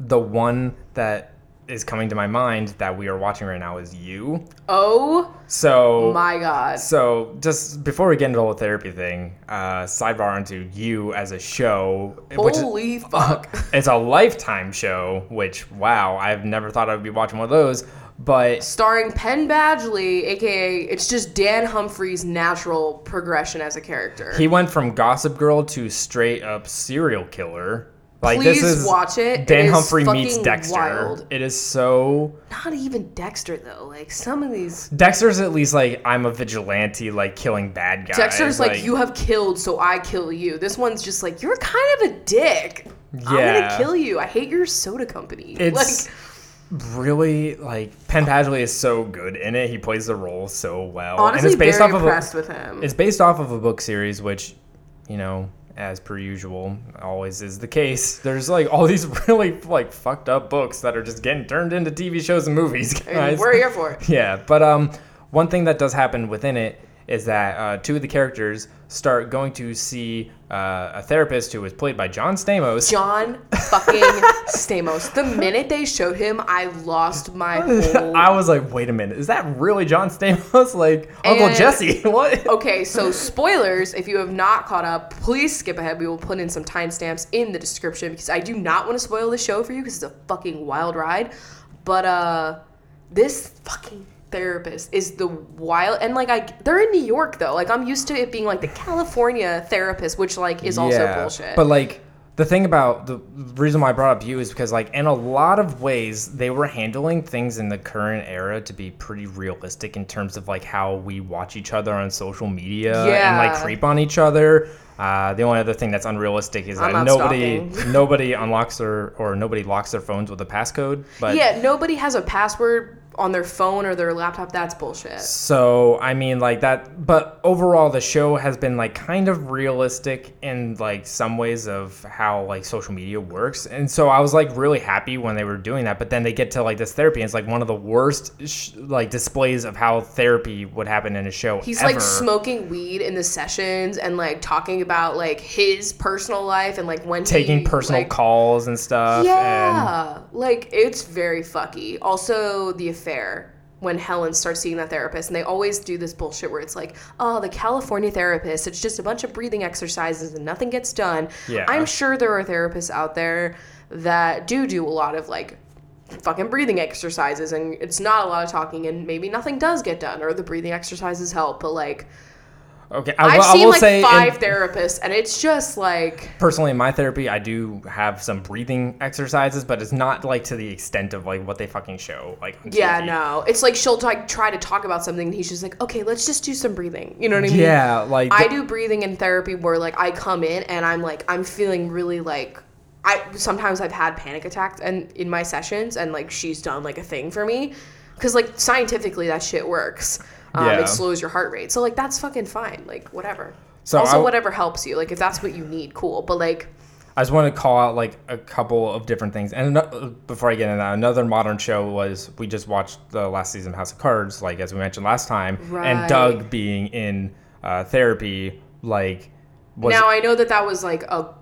A: the one that is coming to my mind that we are watching right now is you.
B: Oh
A: So
B: my god.
A: so, just before we get into the whole therapy thing, uh, sidebar onto you as a show, which is,
B: Holy fuck.
A: it's a lifetime show. Which wow, I've never thought I would be watching one of those. But
B: Starring Penn Badgley, aka it's just Dan Humphrey's natural progression as a character.
A: he went from Gossip Girl to straight up serial killer. Like
B: Please
A: this is
B: watch it. It
A: Dan
B: is
A: Humphrey meets
B: fucking
A: Dexter.
B: wild.
A: It is so
B: Not even Dexter though. Like some of these
A: Dexter's at least like I'm a vigilante, like killing bad guys.
B: Dexter's like, you have killed, so I kill you. This one's just like, you're kind of a dick. I'm gonna
A: Yeah.
B: kill you. I hate your soda company.
A: It's
B: like
A: really like Penn Badgley is so good in it. He plays the role so well.
B: honestly,
A: and it's based
B: very
A: off
B: impressed
A: of
B: with
A: a,
B: him.
A: it's based off of a book series, which you know as per usual always is the case there's like all these really like fucked up books that are just getting turned into tv shows and movies
B: And
A: guys.
B: We're here for it.
A: yeah but um one thing that does happen within it is that uh, two of the characters start going to see uh, a therapist who was played by john stamos
B: John fucking Stamos. The minute they showed him, I lost my whole.
A: I was like, wait a minute, is that really John Stamos? Like Uncle
B: And-
A: Jesse? What?
B: Okay, so spoilers. If you have not caught up, please skip ahead. We will put in some timestamps in the description because I do not want to spoil the show for you because it's a fucking wild ride. But uh, this fucking therapist is the wild and like I they're in New York though. Like I'm used to it being like the California therapist, which like is also bullshit.
A: But like the thing about the reason why I brought up you is because like in a lot of ways they were handling things in the current era to be pretty realistic in terms of like how we watch each other on social media and like
B: Yeah.
A: creep on each other. Uh, the only other thing that's unrealistic is
B: I'm
A: that
B: not
A: nobody nobody unlocks their or nobody locks their phones with a passcode. But
B: yeah, nobody has a password on their phone or their laptop. That's bullshit.
A: So I mean, like that. But overall, the show has been like kind of realistic in like some ways of how like social media works. And so I was like really happy when they were doing that. But then they get to like this therapy, and it's like one of the worst sh- like displays of how therapy would happen in a show.
B: He's
A: ever.
B: like smoking weed in the sessions and like talking about like his personal life and like when
A: taking
B: he,
A: personal
B: like,
A: calls and stuff. And
B: Yeah, like it's very fucky. Also, the affair when Helen starts seeing that therapist, and they always do this bullshit where it's like, oh, the California therapist, it's just a bunch of breathing exercises and nothing gets done.
A: Yeah.
B: I'm sure there are therapists out there that do do a lot of like fucking breathing exercises, and it's not a lot of talking, and maybe nothing does get done, or the breathing exercises help, but like
A: okay, I,
B: I've
A: will- I
B: seen
A: will
B: like
A: say in-
B: five therapists, and it's just like.
A: personally in my therapy i do have some breathing exercises but it's not like to the extent of like what they fucking show like on
B: Yeah,
A: TV.
B: no. It's like she'll like try to talk about something, and he's just like, "Okay, let's just do some breathing." You know what I mean?
A: yeah like
B: I
A: the-
B: do breathing in therapy where like I come in and I'm like I'm feeling really like I sometimes I've had panic attacks and in my sessions and like she's done like a thing for me because like scientifically that shit works. Um,
A: Yeah.
B: It slows your heart rate, so like that's fucking fine. Like whatever.
A: So
B: also,
A: I-
B: whatever helps you. Like if that's what you need, cool. But like
A: I just want to call out like a couple of different things. And ano- before I get into that, another modern show was we just watched the last season of House of Cards, like as we mentioned last time, and
B: Right.
A: Doug being in uh, therapy, like was.
B: now I know that that was like a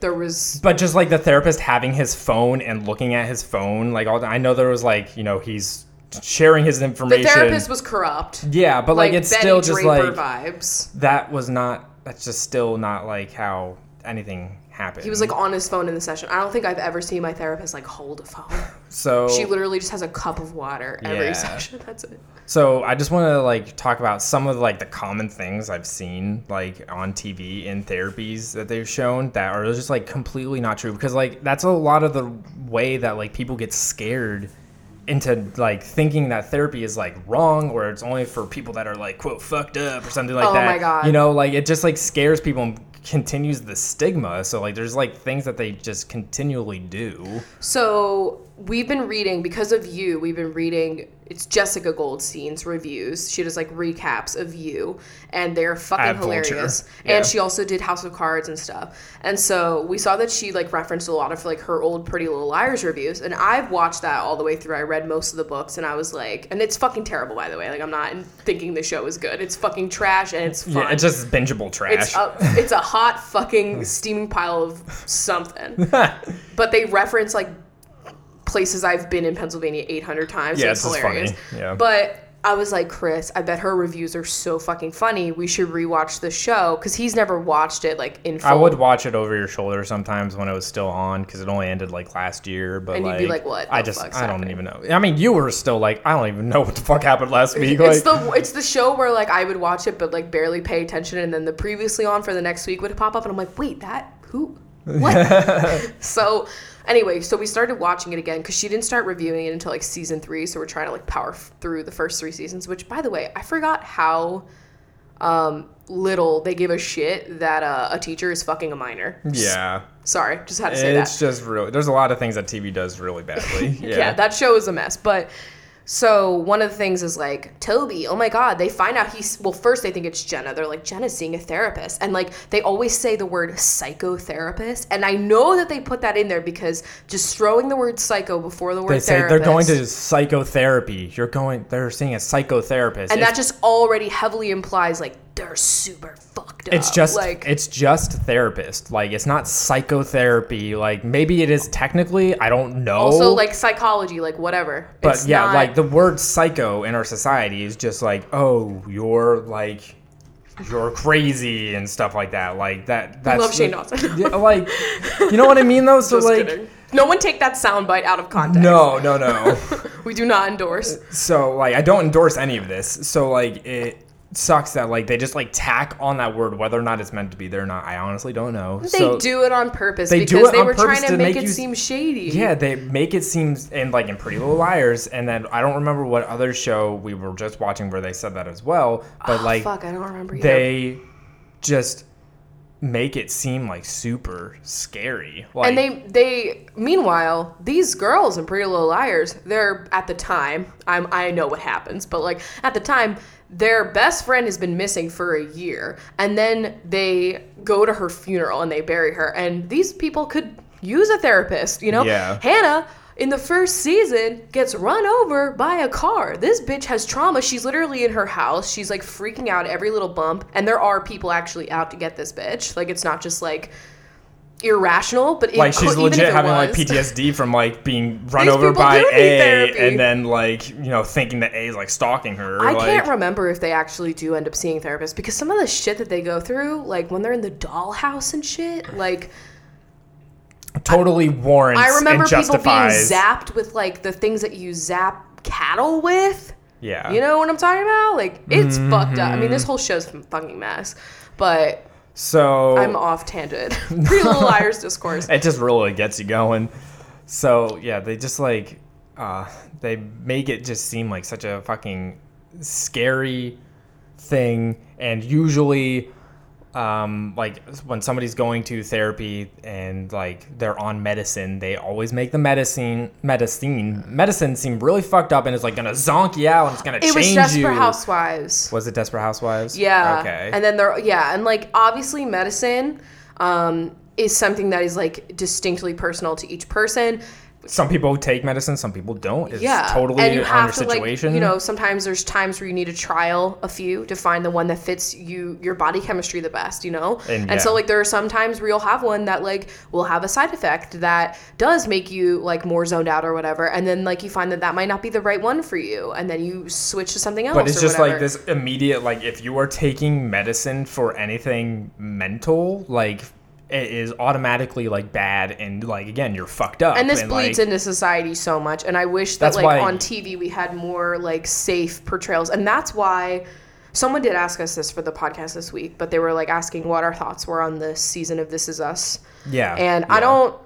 B: there was
A: but just like the therapist having his phone and looking at his phone, like all the, I know there was like you know he's sharing his
B: the
A: information.
B: therapist was corrupt.
A: yeah, but like, it's still just
B: Draper
A: like
B: vibes.
A: that was not. That's just still not like how anything happened.
B: He was like on his phone in the session. I don't think I've ever seen my therapist like hold a phone.
A: so
B: She literally just has a cup of water every
A: Oh. Yeah.
B: session. That's it.
A: So I just want to like talk about some of like the common things I've seen like on TV in therapies that they've shown that are just like completely not true because like that's a lot of the way that like people get scared into like thinking that therapy is like wrong or it's only for people that are like quote fucked up or something like
B: Oh
A: that.
B: my God.
A: You know, like it just like scares people and continues the stigma. So like there's like things that they just continually do.
B: So we've been reading because of you. We've been reading. It's Jessica Goldstein's reviews. She does like recaps of you, and they're
A: At
B: fucking
A: Vulture,
B: hilarious.
A: yeah.
B: And she also did House of Cards and stuff. And so we saw that she like referenced a lot of like her old Pretty Little Liars reviews. And I've watched that all the way through. I read most of the books, and I was like, and it's fucking terrible, by the way. Like I'm not thinking the show is good. It's fucking trash, and it's fun.
A: Yeah, it's just bingeable trash.
B: It's a, it's a hot fucking steaming pile of something. but they reference like places I've been in Pennsylvania 800 times.
A: Yeah,
B: Yeah, it's
A: this is
B: hilarious.
A: funny. Yeah.
B: But I was like, Chris, I bet her reviews are so fucking funny. We should rewatch the show because he's never watched it like in full.
A: I would watch it over your shoulder sometimes when it was still on because it only ended like last year. But
B: And you'd
A: like,
B: be like, "What
A: I
B: the
A: just,
B: fuck's
A: I don't
B: happening?"
A: even know. I mean, you were still like, I don't even know what the fuck happened last week. Like,
B: It's the it's the show where like I would watch it but like barely pay attention and then the previously on for the next week would pop up and I'm like, wait, that who what? so anyway, so we started watching it again because she didn't start reviewing it until like season three, so we're trying to like power f- through the first three seasons, which by the way, I forgot how um little they give a shit that uh, a teacher is fucking a minor.
A: yeah,
B: Sorry, just had to say that
A: it's just really. There's a lot of things that TV does really badly. Yeah,
B: yeah. that show is a mess. But So one of the things is like Toby. Oh my God! They find out he's well. First they think it's Jenna. They're like Jenna's seeing a therapist, and like they always say the word psychotherapist. And I know that they put that in there because just throwing the word psycho before the word
A: They say
B: therapist,
A: they're going to psychotherapy. You're going. They're seeing a psychotherapist. If-
B: and that just already heavily implies like they're super fucked up.
A: it's just
B: like
A: it's just therapist. Like it's not psychotherapy. Like maybe it is technically. I don't know.
B: also like psychology, like whatever.
A: but
B: It's
A: yeah,
B: not-
A: like the word psycho in our society is just like, oh, you're like, you're crazy and stuff like that. Like that. That's
B: love Shane Dawson.
A: Yeah, like, you know what I mean though. So
B: Just
A: like,
B: kidding. No one take that soundbite out of context.
A: no, no, no.
B: We do not endorse.
A: so like i don't endorse any of this so like it sucks that like they just like tack on that word whether or not it's meant to be there or not i honestly don't know
B: They do it on purpose
A: They do
B: because
A: it
B: they
A: on
B: were
A: purpose
B: trying
A: to
B: to, make,
A: make
B: it
A: you-
B: seem shady.
A: yeah they make it seem and like in pretty little liars and then i don't remember what other show we were just watching where they said that as well but like
B: Ah, Fuck, I don't remember either.
A: they just make it seem like super scary like
B: and they they meanwhile these girls in Pretty Little Liars they're at the time I'm I know what happens but like at the time their best friend has been missing for a year and then they go to her funeral and they bury her and these people could use a therapist you know
A: Yeah.
B: Hannah in the first season gets run over by a car. This bitch has trauma. She's literally in her house. She's like freaking out every little bump and there are people actually out to get this bitch. Like it's not just like irrational, but it
A: like
B: could,
A: she's
B: even
A: legit
B: if it
A: having like
B: was-
A: PTSD from like being run
B: These
A: over
B: people
A: by
B: do need
A: A
B: therapy.
A: and then like you know thinking that A is like stalking her.
B: I
A: like,
B: can't remember if they actually do end up seeing therapists because some of the shit that they go through, like when they're in the dollhouse and shit, like
A: totally warrants
B: I remember
A: and
B: people being
A: justifies.
B: zapped with like the things that you zap cattle with.
A: yeah. Mm-hmm.
B: You know what I'm talking about? Like it's fucked up. I mean, this whole show's a fucking mess. But
A: so
B: I'm off tangent. Pretty Little Liars discourse.
A: it just really gets you going. So yeah, they just like uh, they make it just seem like such a fucking scary thing, and usually. Um, like when somebody's going to therapy and like they're on medicine, they always make the medicine medicine medicine seem really fucked up, and it's like gonna zonk you out and it's gonna
B: It was
A: change
B: Desperate
A: you.
B: Housewives.
A: Was it Desperate Housewives?
B: Yeah.
A: Okay.
B: And then there, yeah, and like obviously medicine um, is something that is like distinctly personal to each person.
A: some people take medicine, some people don't. It's
B: yeah,
A: totally
B: and you
A: on your
B: have to
A: situation.
B: like you know sometimes there's times where you need to trial a few to find the one that fits you your body chemistry the best. You know,
A: And
B: so
A: yeah.
B: like there are some times where you'll have one that like will have a side effect that does make you like more zoned out or whatever, and then like you find that that might not be the right one for you, and then you switch to something else.
A: but it's
B: or
A: just like
B: whatever.
A: this immediate like if you are taking medicine for anything mental, like it is automatically like bad and like again you're fucked up.
B: and this bleeds
A: like,
B: into society so much and i wish that
A: That's
B: like
A: why-
B: on tv we had more like safe portrayals and that's why someone did ask us this for the podcast this week but they were like asking what our thoughts were on the season of this is us
A: yeah.
B: and i
A: Uh, yeah.
B: don't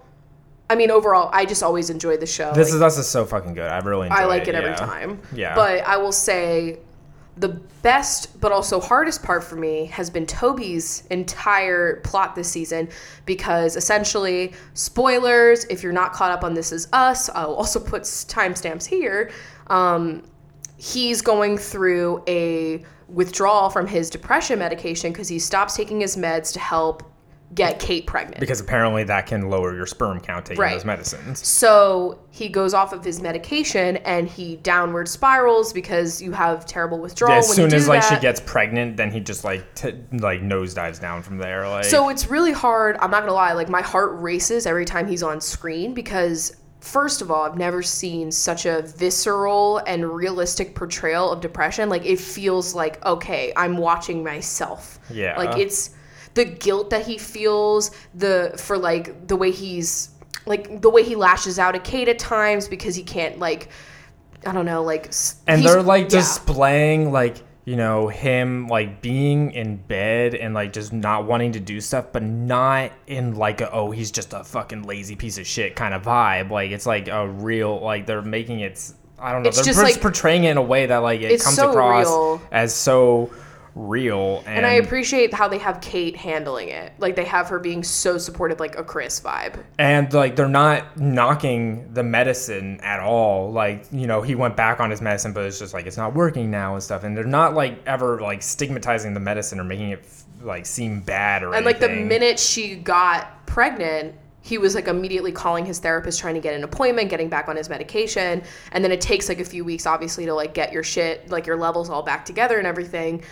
B: i mean overall i just always enjoy the show
A: This
B: Like,
A: is us is so fucking good. I really enjoy
B: i like it
A: it
B: every
A: yeah.
B: time
A: Yeah.
B: but i will say the best but also hardest part for me has been Toby's entire plot this season because essentially, spoilers, if you're not caught up on This Is Us, I'll also put s- timestamps here. Um, he's going through a withdrawal from his depression medication because he stops taking his meds to help get Kate pregnant.
A: Because apparently that can lower your sperm count taking
B: Right.
A: those medicines.
B: So he goes off of his medication and he downward spirals because you have terrible withdrawal.
A: as
B: when
A: soon
B: you do
A: as like she
B: that.
A: gets pregnant, then he just like t- like nosedives down from there. Like
B: So it's really hard. I'm not gonna lie. Like my heart races every time he's on screen because first of all, I've never seen such a visceral and realistic portrayal of depression. Like it feels like okay, I'm watching myself.
A: Yeah.
B: Like it's the guilt that he feels the for like the way he's like the way he lashes out at Kate at times because he can't like. I don't know, like, s-
A: and
B: he's-
A: they're like
B: yeah.
A: displaying like you know him like being in bed and like just not wanting to do stuff but not in like a oh he's just a fucking lazy piece of shit kind of vibe like it's like a real like they're making it s- i don't know
B: It's
A: they're
B: just,
A: just
B: like-
A: portraying it in a way that like it
B: It's
A: comes
B: so
A: across
B: real.
A: as so real. And,
B: And I appreciate how they have Kate handling it. Like they have her being so supportive, like a Chris vibe.
A: and like they're not knocking the medicine at all like you know he went back on his medicine but it's just like it's not working now and stuff and they're not like ever like stigmatizing the medicine or making it like seem bad or
B: And like the
A: anything.
B: minute she got pregnant, he was like immediately calling his therapist trying to get an appointment, getting back on his medication, and then it takes like a few weeks obviously to like get your shit, like your levels all back together and everything.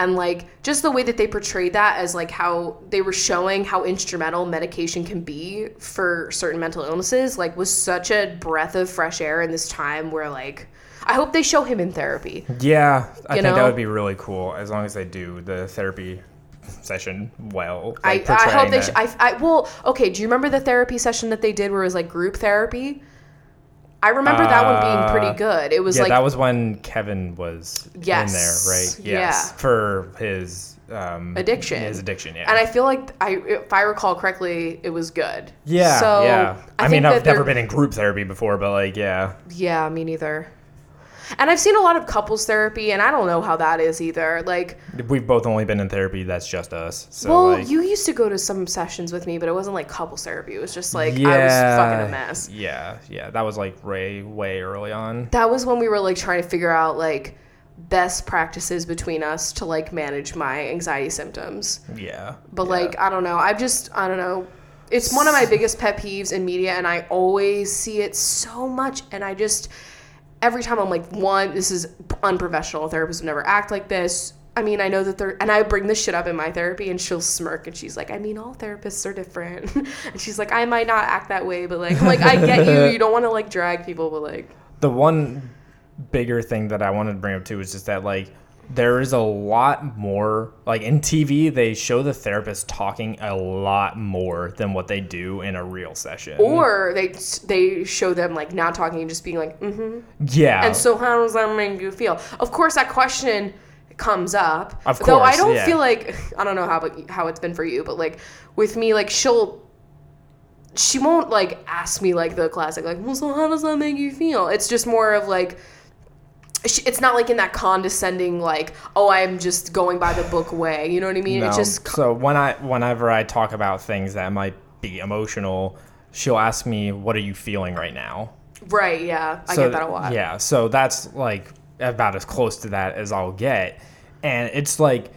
B: And like just the way that they portrayed that as like how they were showing how instrumental medication can be for certain mental illnesses, like was such a breath of fresh air in this time where like I hope they show him in therapy.
A: yeah i
B: you
A: think that
B: know?
A: would be really cool as long as they do the therapy session well
B: I,
A: like,
B: I hope
A: portraying
B: they.
A: the-
B: Sh- I, I well, okay. Do you remember the therapy session that they did where it was like group therapy? I remember that one being
A: Uh,
B: pretty good. It was
A: yeah
B: like
A: that was when kevin was
B: Yes.
A: in there right
B: Yeah.
A: for his um
B: Addiction.
A: his addiction yeah
B: and I feel like I, if I recall correctly, it was good.
A: yeah
B: So
A: yeah i,
B: I,
A: mean
B: think
A: i've
B: that
A: never
B: they're-
A: been in group therapy before but like yeah
B: Yeah, me neither. And I've seen a lot of couples therapy, and I don't know how that is either. Like,
A: We've both only been in therapy. That's just us. So
B: well,
A: like,
B: you used to go to some sessions with me, but it wasn't like couples therapy. It was just like I was
A: Yeah.
B: fucking a mess.
A: Yeah, yeah. That was like Ray way early on.
B: that was when we were like trying to figure out like best practices between us to like manage my anxiety symptoms.
A: Yeah.
B: But
A: yeah.
B: like I don't know, I've just I don't know. It's one of my biggest pet peeves in media and I always see it so much and I just every time I'm like, one, this is unprofessional. Therapists would never act like this. I mean, I know that they're, and I bring this shit up in my therapy, and she'll smirk and she's like, I mean, all therapists are different. and she's like, I might not act that way, but like, I'm like, I get you. You don't want to like drag people, but like,
A: the one bigger thing that I wanted to bring up too is just that like there is a lot more like in TV they show the therapist talking a lot more than what they do in a real session.
B: or they they show them like not talking and just being like mm-hmm
A: yeah.
B: and so how does that make you feel of course that question comes up
A: Of
B: though i
A: course,
B: don't
A: yeah.
B: feel like i don't know how but how it's been for you but like with me like she'll she won't like ask me like the classic like well so how does that make you feel it's just more of like she, it's not like in that condescending like oh i'm just going by the book way you know what i mean it's
A: No.
B: just
A: so when I whenever I talk about things that might be emotional, she'll ask me, "What are you feeling right now?"
B: right yeah i
A: So,
B: get that a lot
A: Yeah, so that's like about as close to that as I'll get. And it's like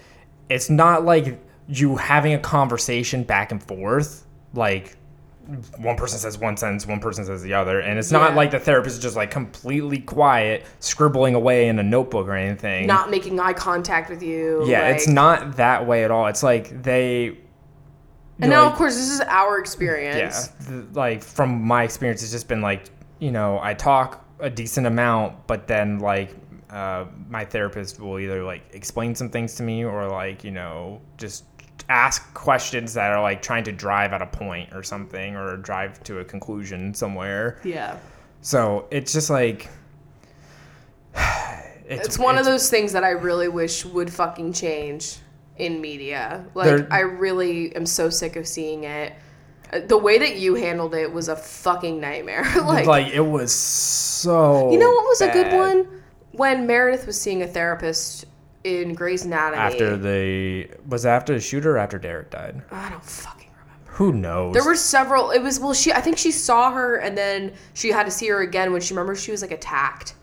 A: it's not like you having a conversation back and forth like one person says one sentence, one person says the other, and it's not
B: Yeah.
A: like the therapist is just like completely quiet, scribbling away in a notebook or anything.
B: not making eye contact with you
A: yeah, it's
B: like-
A: not that way at all. It's like they
B: And
A: you're
B: now,
A: like-
B: of course, this is our
A: yeah
B: experience.
A: th- like from my experience it's just been like you know i talk a decent amount but then like uh, my therapist will either like explain some things to me or like you know just ask questions that are like trying to drive at a point or something or drive to a conclusion somewhere
B: Yeah.
A: so it's just like
B: It's, one of those things that I really wish would fucking change in media.
A: There-
B: Like, I really am so sick of seeing it. Uh, The way that you handled it was a fucking nightmare. like,
A: like, it was so
B: you know what was a good
A: bad.
B: one? When Meredith was seeing a therapist in Grey's Anatomy.
A: after the was it after the shooter or after derek died
B: I don't fucking remember.
A: who knows
B: There were several. It was, well, she, I think she saw her and then she had to see her again when she remember she was like attacked.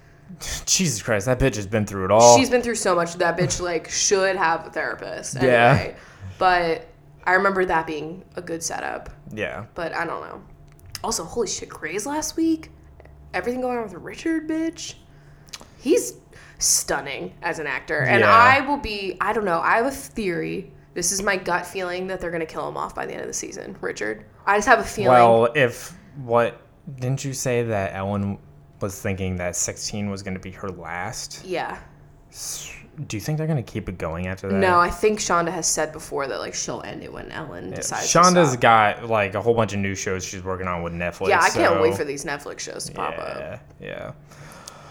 A: Jesus Christ, that bitch has been through it all.
B: she's been through so much that bitch like should have a therapist anyway.
A: Yeah.
B: but i remember that being a good setup
A: yeah.
B: but i don't know also holy shit grays last week everything going on with richard bitch he's stunning as an actor and
A: Yeah.
B: i will be i don't know i have a theory this is my gut feeling that they're going to kill him off by the end of the season richard i just have a feeling
A: Well, if what didn't you say that Ellen was thinking that 16 was going to be her last?
B: yeah
A: Do you think they're going to keep it going after that?
B: no i think shonda has said before that like she'll end it when ellen decides to
A: Shonda's
B: stop.
A: got like a whole bunch of new shows she's working on with Netflix.
B: yeah i can't
A: so-
B: wait for these netflix shows to pop up
A: Yeah, yeah.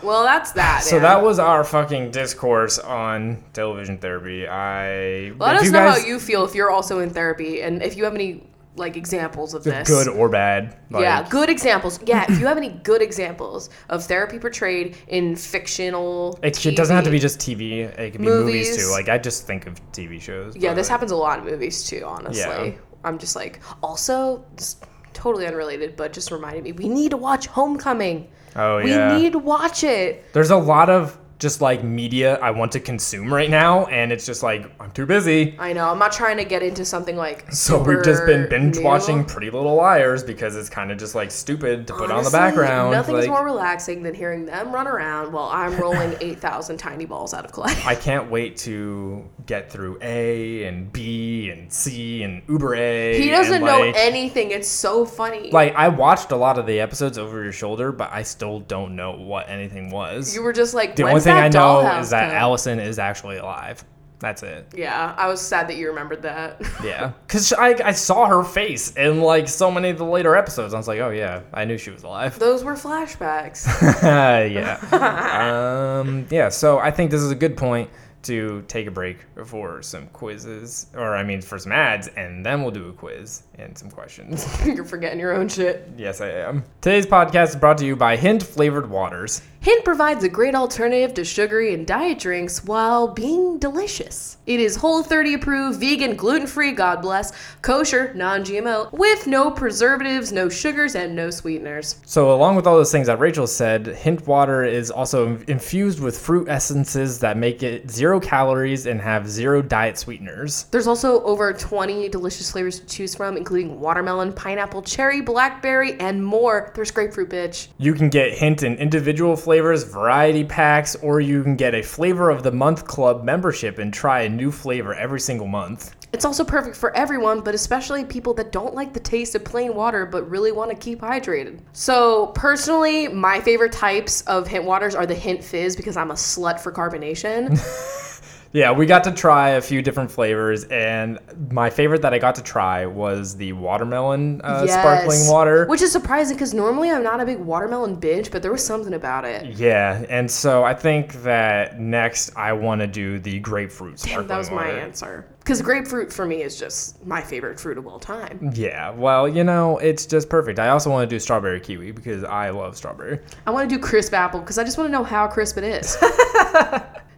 B: Well, that's that.
A: So
B: man.
A: that was our fucking discourse on television therapy. I
B: Let
A: if
B: us
A: you
B: know
A: guys-
B: how you feel if you're also in therapy, and if you have any like examples of this.
A: good or bad. Like,
B: yeah, good examples. Yeah, if you have any good examples of therapy portrayed in fictional,
A: It, it doesn't have to
B: TV.
A: be just TV. It can be movies,
B: Movies.
A: too. Like I just think of TV shows.
B: Yeah,
A: but-
B: this happens a lot in movies too, honestly.
A: Yeah.
B: I'm just like, also, this totally unrelated, but just reminded me, we need to watch Homecoming.
A: Oh
B: We
A: yeah.
B: need to watch it.
A: There's a lot of just like media I want to consume right now, and it's just like I'm too busy.
B: I know. I'm not trying to get into something like.
A: So we've just been
B: super
A: binge
B: new.
A: watching Pretty Little Liars because it's kind of just like stupid to put on the
B: Honestly,
A: background.
B: Nothing's
A: like,
B: more relaxing than hearing them run around while I'm rolling 8,000 tiny balls out of clay.
A: I can't wait to get through A and B and C and Uber A.
B: He doesn't
A: and,
B: know
A: like,
B: anything. It's so funny.
A: Like I watched a lot of the episodes over your shoulder, but I still don't know what anything was.
B: you were just like,
A: the
B: When's
A: only thing
B: that
A: I know
B: dollhouse
A: is that
B: come?"
A: Allison is actually alive. That's it.
B: Yeah, I was sad that you remembered that.
A: Yeah, because I, I saw her face in like so many of the later episodes. I was like, oh yeah, I knew she was alive.
B: Those were flashbacks.
A: yeah. um, yeah. So I think this is a good point to take a break for some quizzes, or I mean, for some ads, and then we'll do a quiz and some questions.
B: You're forgetting your own shit.
A: yes, I am. Today's podcast is brought to you by Hint Flavored Waters.
B: Hint provides a great alternative to sugary and diet drinks while being delicious. It is Whole 30 approved, vegan, gluten free, God bless, kosher, non GMO, with no preservatives, no sugars, and no sweeteners.
A: So, along with all those things that Rachel said, Hint water is also infused with fruit essences that make it zero calories and have zero diet sweeteners.
B: There's also over 20 delicious flavors to choose from, including watermelon, pineapple, cherry, blackberry, and more. There's grapefruit, bitch.
A: You can get hint in individual flavors, variety packs, or you can get a flavor of the month club membership and try a new flavor every single month.
B: It's also perfect for everyone, but especially people that don't like the taste of plain water but really want to keep hydrated. So, personally, my favorite types of hint waters are the hint fizz because I'm a slut for carbonation.
A: Yeah, we got to try a few different flavors, and my favorite that I got to try was the watermelon uh,
B: Yes.
A: sparkling water.
B: Which is surprising because normally I'm not a big watermelon bitch, but there was something about it.
A: yeah, and so I think that next I want to do the grapefruit sparkling
B: That was my
A: water.
B: answer. Because grapefruit for me is just my favorite fruit of all time.
A: Yeah, well, you know, it's just perfect. I also want to do strawberry kiwi because I love strawberry.
B: I want to do crisp apple because I just want to know how crisp it is.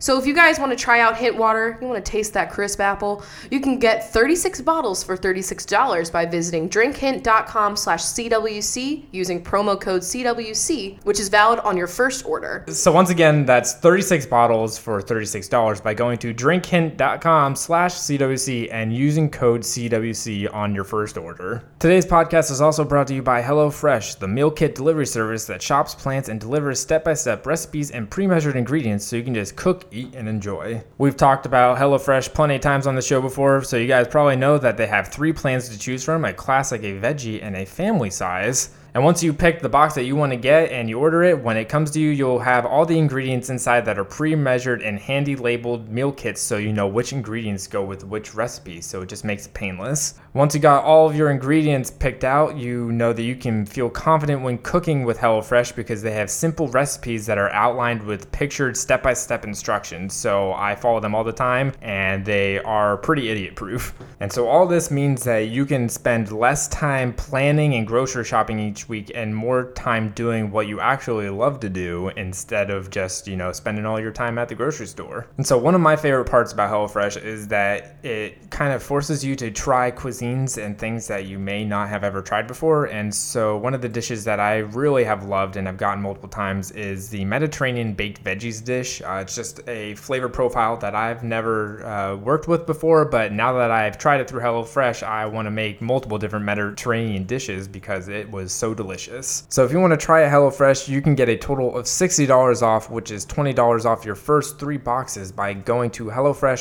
B: so if you guys want to try out Hint Water, you want to taste that crisp apple, you can get 36 bottles for $36 by visiting drinkhint.com slash CWC using promo code CWC, which is valid on your first order.
A: So once again, that's 36 bottles for $36 by going to drinkhint.com slash CWC and using code CWC on your first order. Today's podcast is also brought to you by HelloFresh, the meal kit delivery service that shops, plans, and delivers step-by-step recipes and pre-measured ingredients so you can just cook, eat, and enjoy. We've talked about HelloFresh plenty of times on the show before, so you guys probably know that they have three plans to choose from, a classic, a veggie, and a family size. And once you pick the box that you want to get and you order it, when it comes to you, you'll have all the ingredients inside that are pre measured and handy labeled meal kits so you know which ingredients go with which recipe. So it just makes it painless. Once you got all of your ingredients picked out, you know that you can feel confident when cooking with HelloFresh because they have simple recipes that are outlined with pictured step by step instructions. So I follow them all the time and they are pretty idiot proof. And so all this means that you can spend less time planning and grocery shopping each week and more time doing what you actually love to do instead of just, you know, spending all your time at the grocery store. And so one of my favorite parts about HelloFresh is that it kind of forces you to try cuisines and things that you may not have ever tried before. And so one of the dishes that I really have loved and have gotten multiple times is the Mediterranean baked veggies dish. Uh, it's just a flavor profile that I've never uh, worked with before, but now that I've tried it through HelloFresh, I want to make multiple different Mediterranean dishes because it was so delicious. So if you want to try it HelloFresh, you can get a total of $60 off, which is $20 off your first three boxes by going to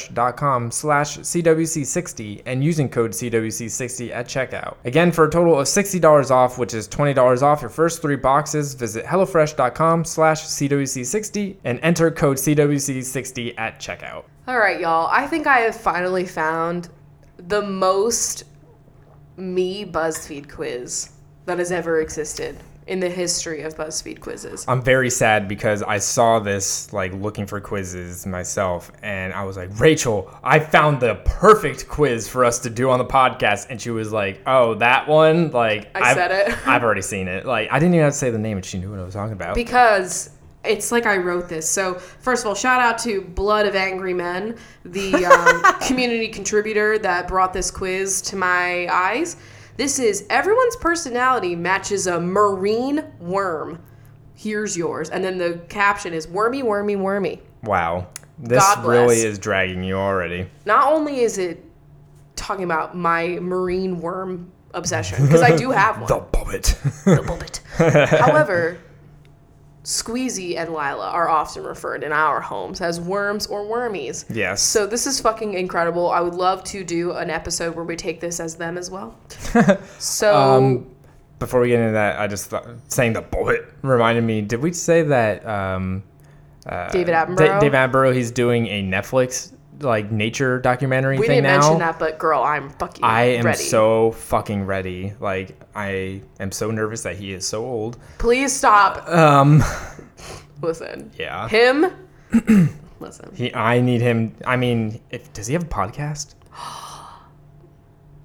A: HelloFresh.com slash CWC60 and using code CWC60 at checkout. Again, for a total of $60 off, which is $20 off your first three boxes, visit HelloFresh.com slash CWC60 and enter code CWC60 at checkout.
B: All right, y'all. I think I have finally found the most me BuzzFeed quiz that has ever existed in the history of BuzzFeed quizzes.
A: I'm very sad because I saw this like looking for quizzes myself, and I was like, Rachel, I found the perfect quiz for us to do on the podcast, and she was like, Oh, that one, like
B: I
A: I've-
B: said it.
A: I've already seen it. Like I didn't even have to say the name, and she knew what I was talking about.
B: because it's like I wrote this. So first of all, shout out to Blood of Angry Men, the um, community contributor that brought this quiz to my eyes. This is everyone's personality matches a marine worm. Here's yours, and then the caption is wormy, wormy, wormy.
A: wow, this
B: God bless.
A: really is dragging you already.
B: Not only is it talking about my marine worm obsession because I do have one.
A: The puppet.
B: the bullet. However, Squeezy and Lila are often referred in our homes as worms or wormies.
A: yes.
B: So this is fucking incredible. I would love to do an episode where we take this as them as well. So
A: Um, Before we get into that, I just thought saying the bullet reminded me. Did we say that um,
B: David
A: Da-
B: Attenborough.
A: Dave Attenborough? He's doing a Netflix like nature documentary
B: we
A: thing
B: didn't
A: now.
B: mention that, but girl, I'm fucking
A: I am
B: ready.
A: so fucking ready. Like I am so nervous that he is so old.
B: Please stop.
A: Um,
B: Listen,
A: yeah.
B: him. Listen,
A: He, I need him. I mean, if, does he have a podcast?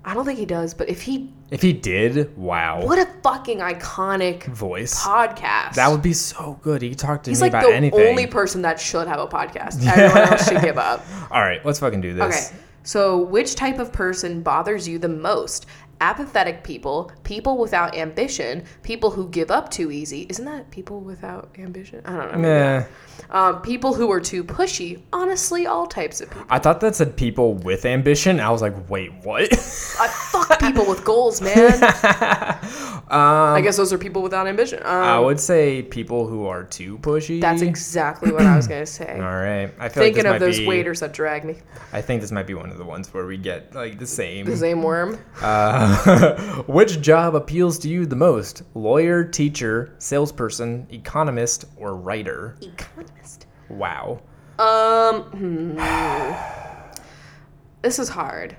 B: I don't think he does, but if he,
A: If he did, wow.
B: what a fucking iconic
A: voice?
B: podcast.
A: That would be so good. He could talk to
B: He's
A: me
B: like
A: about
B: the
A: anything.
B: only person that should have a podcast. Everyone else should give up.
A: All right, let's fucking do
B: Okay.
A: this.
B: So, which type of person bothers you the most? Apathetic people, people without ambition, people who give up too easy. Isn't that people without ambition? I don't know.
A: Nah,
B: Um, people who are too pushy. Honestly, all types of people.
A: I thought that said people with ambition. I was like, wait, what?
B: I fuck people with goals, man. I guess those are people without ambition. Um,
A: Um, I would say people who are too pushy.
B: that's exactly what I was gonna say.
A: All right. I feel
B: Thinking
A: like this might
B: of those
A: be,
B: waiters that drag me.
A: I think this might be one of the ones where we get like the same.
B: The same worm.
A: Uh, which job appeals to you the most? Lawyer, teacher, salesperson, economist, or writer?
B: Economist.
A: Wow.
B: Um. hmm. this is hard.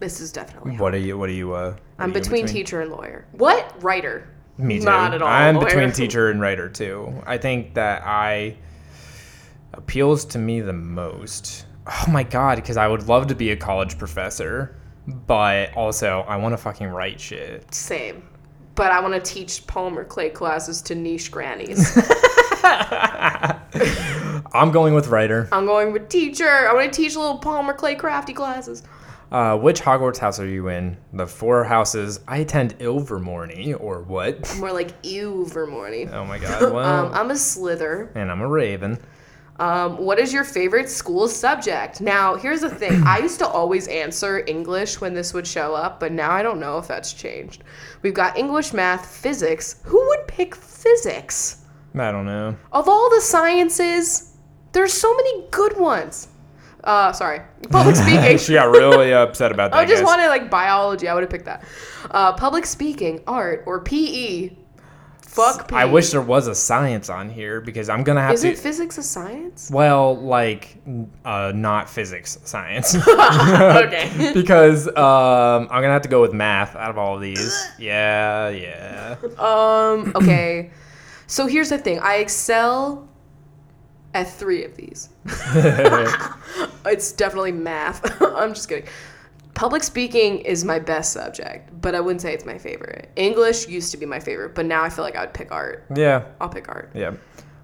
B: This is definitely
A: What are you? What are you? Uh, what
B: I'm
A: are you in
B: between, teacher and lawyer. What writer?
A: Me too.
B: Not at all.
A: I'm
B: lawyer.
A: between teacher and writer too. I think that I appeals to me the most. Oh my god, because I would love to be a college professor, but also I want to fucking write shit.
B: Same. But I want to teach Palmer Clay classes to niche grannies.
A: I'm going with writer.
B: I'm going with teacher. I want to teach little Palmer Clay crafty classes.
A: Uh, which Hogwarts house are you in? The four houses. I attend Ilvermorny, or what?
B: More like ew for morning.
A: Oh my god. Well,
B: Um, I'm a slither.
A: and I'm a raven.
B: Um, what is your favorite school subject? Now, here's the thing. I used to always answer English when this would show up, but now I don't know if that's changed. We've got English, math, physics. Who would pick physics?
A: I don't know.
B: of all the sciences, there's so many good ones. Uh, sorry, public speaking.
A: She got really upset about that.
B: I just
A: guys.
B: wanted like biology. I would have picked that. Uh, public speaking, art, or PE. Fuck PE.
A: I wish there was a science on here because I'm gonna have to.
B: Isn't physics a science?
A: Well, like uh, not physics, science,
B: okay.
A: because um, I'm gonna have to go with math out of all of these. Yeah, yeah.
B: Um. Okay. So here's the thing. I excel at three of these. It's definitely math. I'm just kidding. Public speaking is my best subject, but I wouldn't say it's my favorite. English used to be my favorite, but now I feel like I would pick art.
A: yeah,
B: I'll pick art.
A: yeah.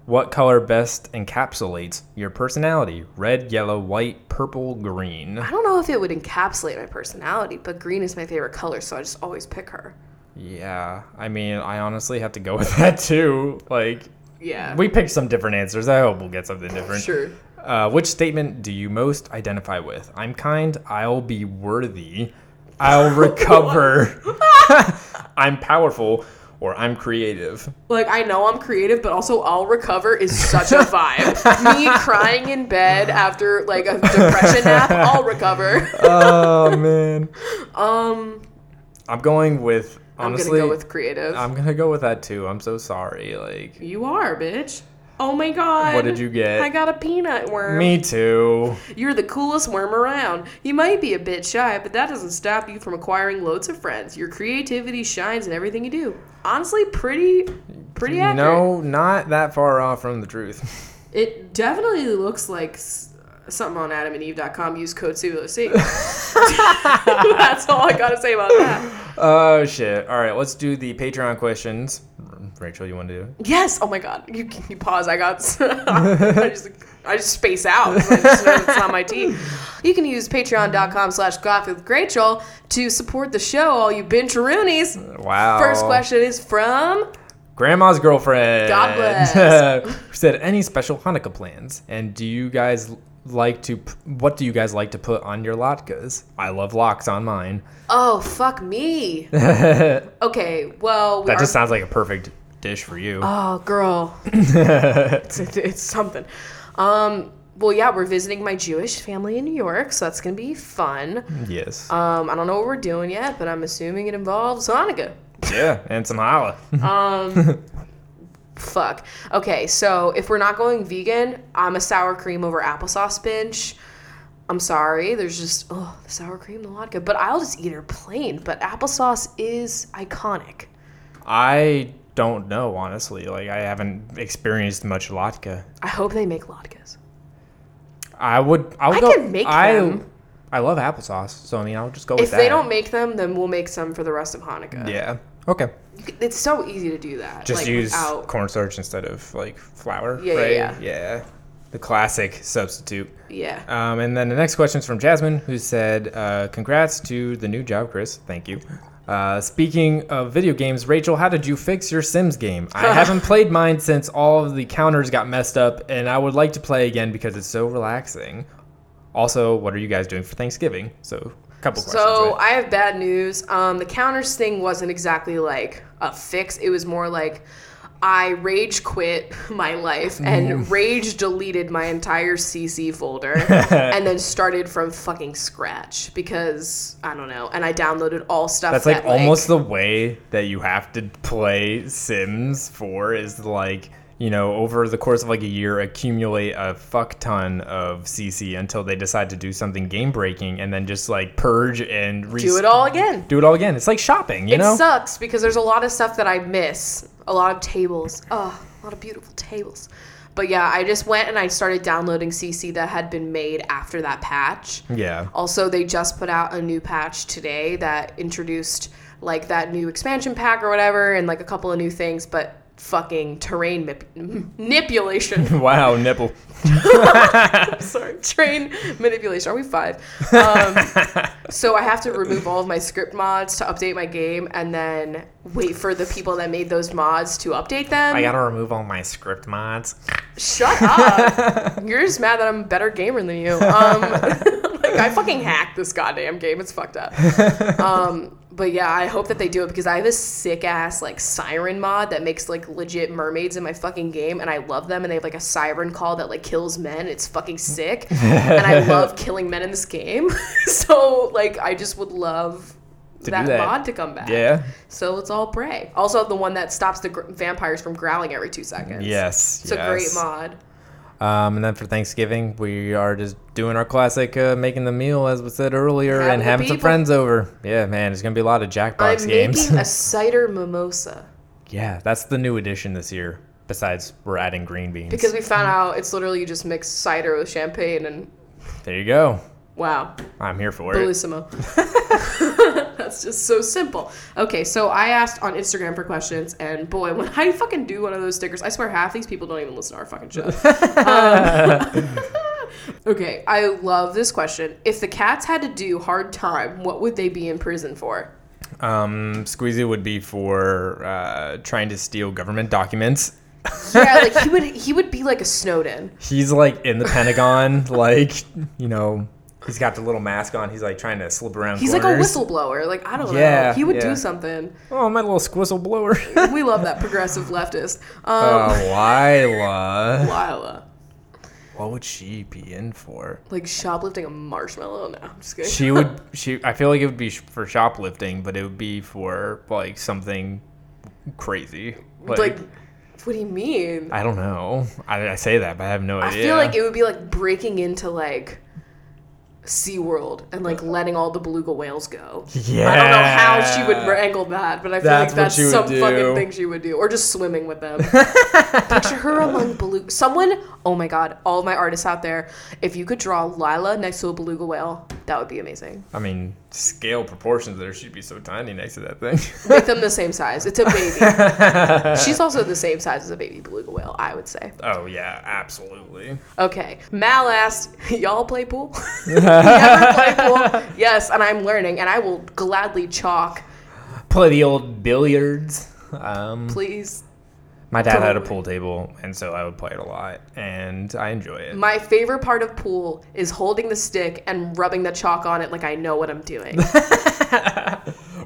A: What color best encapsulates your personality? Red, yellow, white, purple, green.
B: I don't know if it would encapsulate my personality, but green is my favorite color, so I just always pick her.
A: Yeah, I mean, I honestly have to go with that too. Like,
B: Yeah.
A: we picked some different answers. I hope we'll get something different.
B: Sure.
A: Uh, which statement do you most identify with? I'm kind. I'll be worthy. I'll recover. I'm powerful, or I'm creative.
B: Like I know I'm creative, but also I'll recover is such a vibe. Me crying in bed after like a depression nap, I'll recover.
A: Oh man.
B: Um
A: I'm going with honestly.
B: I'm gonna go with creative.
A: I'm gonna go with that too. I'm so sorry. Like
B: you are, bitch. Oh my god.
A: What did you get?
B: I got a peanut worm.
A: Me too.
B: You're the coolest worm around. You might be a bit shy, but that doesn't stop you from acquiring loads of friends. Your creativity shines in everything you do. Honestly, pretty pretty accurate.
A: No, not that far off from the truth.
B: It definitely looks like s- something on adamandeve.com. Use code CVOC. That's all I got to say about that.
A: Oh shit! All right, let's do the Patreon questions. Rachel, you want to do? it?
B: Yes. Oh my God. You, you pause. I got. I just. I just space out. 'cause I just know it's not my tea. You can use patreon.com slash coffee with Rachel to support the show, all you bincheroonies.
A: Wow.
B: First question is from
A: Grandma's girlfriend.
B: God bless.
A: said any special Hanukkah plans? And do you guys like to? p- What do you guys like to put on your latkes? I love locks on mine.
B: Oh fuck me.
A: that
B: Okay, well we are-
A: just sounds like a perfect dish for you.
B: Oh girl. it's, it's something. Um well yeah, we're visiting my Jewish family in New York, so that's gonna be fun.
A: yes.
B: Um I don't know what we're doing yet, but I'm assuming it involves Hanukkah.
A: yeah, and some challah.
B: Fuck. Okay, so if we're not going vegan, I'm a sour cream over applesauce binge. I'm sorry, there's just oh the sour cream, the vodka. But I'll just eat her plain. But applesauce is iconic.
A: I don't know honestly. Like I haven't experienced much latke.
B: I hope they make latkes.
A: I would. I, would
B: I
A: go,
B: can make
A: I,
B: them.
A: I love applesauce, so I mean, I'll just go with
B: If
A: that.
B: they don't make them, then we'll make some for the rest of Hanukkah.
A: yeah. Okay.
B: It's so easy to do that.
A: Just
B: like,
A: use
B: without-
A: cornstarch instead of like flour.
B: Yeah, yeah,
A: right?
B: yeah.
A: Yeah. The classic substitute.
B: yeah.
A: Um, and then the next question is from Jasmine, who said, uh, "Congrats to the new job, Chris. Thank you." Uh, speaking of video games, Rachel, how did you fix your Sims game? I haven't played mine since all of the counters got messed up, and I would like to play again because it's so relaxing. Also, what are you guys doing for Thanksgiving? So, a couple questions.
B: So
A: right?
B: I have bad news. Um, the counters thing wasn't exactly like a fix. It was more like I rage quit my life
A: Mm.
B: and rage deleted my entire CC folder and then started from fucking scratch because I don't know. And I downloaded all stuff.
A: That's like
B: that,
A: almost the way that you have to play Sims 4 is like, you know, over the course of like a year, accumulate a fuck ton of CC until they decide to do something game breaking and then just like purge and re-
B: do it all again.
A: Do it all again. It's like shopping, you
B: It
A: know?
B: sucks because there's a lot of stuff that I miss. A lot of tables. Oh, a lot of beautiful tables. But yeah, I just went and I started downloading CC that had been made after that patch.
A: yeah.
B: Also, they just put out a new patch today that introduced like that new expansion pack or whatever and like a couple of new things, but fucking terrain mip- manipulation.
A: Wow, nipple.
B: Sorry, train manipulation. Are we five? Um, so I have to remove all of my script mods to update my game, and then wait for the people that made those mods to update them.
A: I gotta remove all my script mods.
B: Shut up! You're just mad that I'm a better gamer than you. Um, like I fucking hacked this goddamn game. It's fucked up. Um, but yeah, I hope that they do it because I have a sick ass like siren mod that makes like legit mermaids in my fucking game, and I love them. And they have like a siren call that like kills men. It's fucking sick, and I love killing men in this game. so like, I just would love
A: To do
B: that,
A: that.
B: mod to come back.
A: Yeah.
B: So let's all pray. Also, the one that stops the gr- vampires from growling every two seconds.
A: Yes.
B: It's a great mod.
A: Um, and then for Thanksgiving, we are just doing our classic uh, making the meal, as was said earlier,
B: Having
A: and
B: the
A: having some
B: people.
A: friends over. Yeah, man, it's gonna be a lot of Jackbox
B: I'm
A: games.
B: making a cider mimosa
A: yeah, that's the new addition this year. Besides, we're adding green beans.
B: because we found out it's literally you just mix cider with champagne and
A: there you go.
B: wow,
A: I'm here for it.
B: bellissimo. That's just so simple. Okay, so I asked on Instagram for questions, and boy, when I fucking do one of those stickers, I swear half these people don't even listen to our fucking show. Um, okay, I love this question. If the cats had to do hard time, what would they be in prison for?
A: Um, Squeezy would be for uh, trying to steal government documents.
B: Yeah, like he would he would be like a Snowden.
A: He's like in the Pentagon, like you know, he's got the little mask on. He's like trying to slip around.
B: He's like a
A: corners.
B: whistleblower. Like I don't know.
A: Yeah,
B: He would
A: yeah.
B: do something.
A: Oh, my little squizzle blower.
B: We love that progressive leftist.
A: oh,
B: Um,
A: Uh, Lila.
B: Lila,
A: What would she be in for?
B: like shoplifting a marshmallow. No, I'm just kidding.
A: She would. She. I feel like it would be sh- for shoplifting, but it would be for like something crazy.
B: like What do you mean?
A: I don't know. I, I say that, but I have no
B: I
A: idea.
B: feel like it would be like breaking into like SeaWorld and like letting all the beluga whales go.
A: yeah.
B: I don't know how she would wrangle that, but I feel
A: That's
B: like
A: what
B: that's
A: she would
B: some
A: do.
B: fucking thing she would do. Or just swimming with them. Picture her among beluga. Someone, oh my god, all my artists out there, if you could draw Lila next to a beluga whale, that would be amazing.
A: I mean, scale proportions there. She'd be so tiny next to that thing.
B: Make them the same size. It's a baby. She's also the same size as a baby beluga whale, I would say.
A: oh yeah, absolutely.
B: Okay. Mal asked, Y'all play pool? you ever play pool? Yes, and I'm learning, and I will gladly chalk,
A: Play the old billiards. Um,
B: please.
A: my dad had a
B: Totally.
A: pool table, and so I would play it a lot, and I enjoy it.
B: My favorite part of pool is holding the stick and rubbing the chalk on it like I know what I'm doing.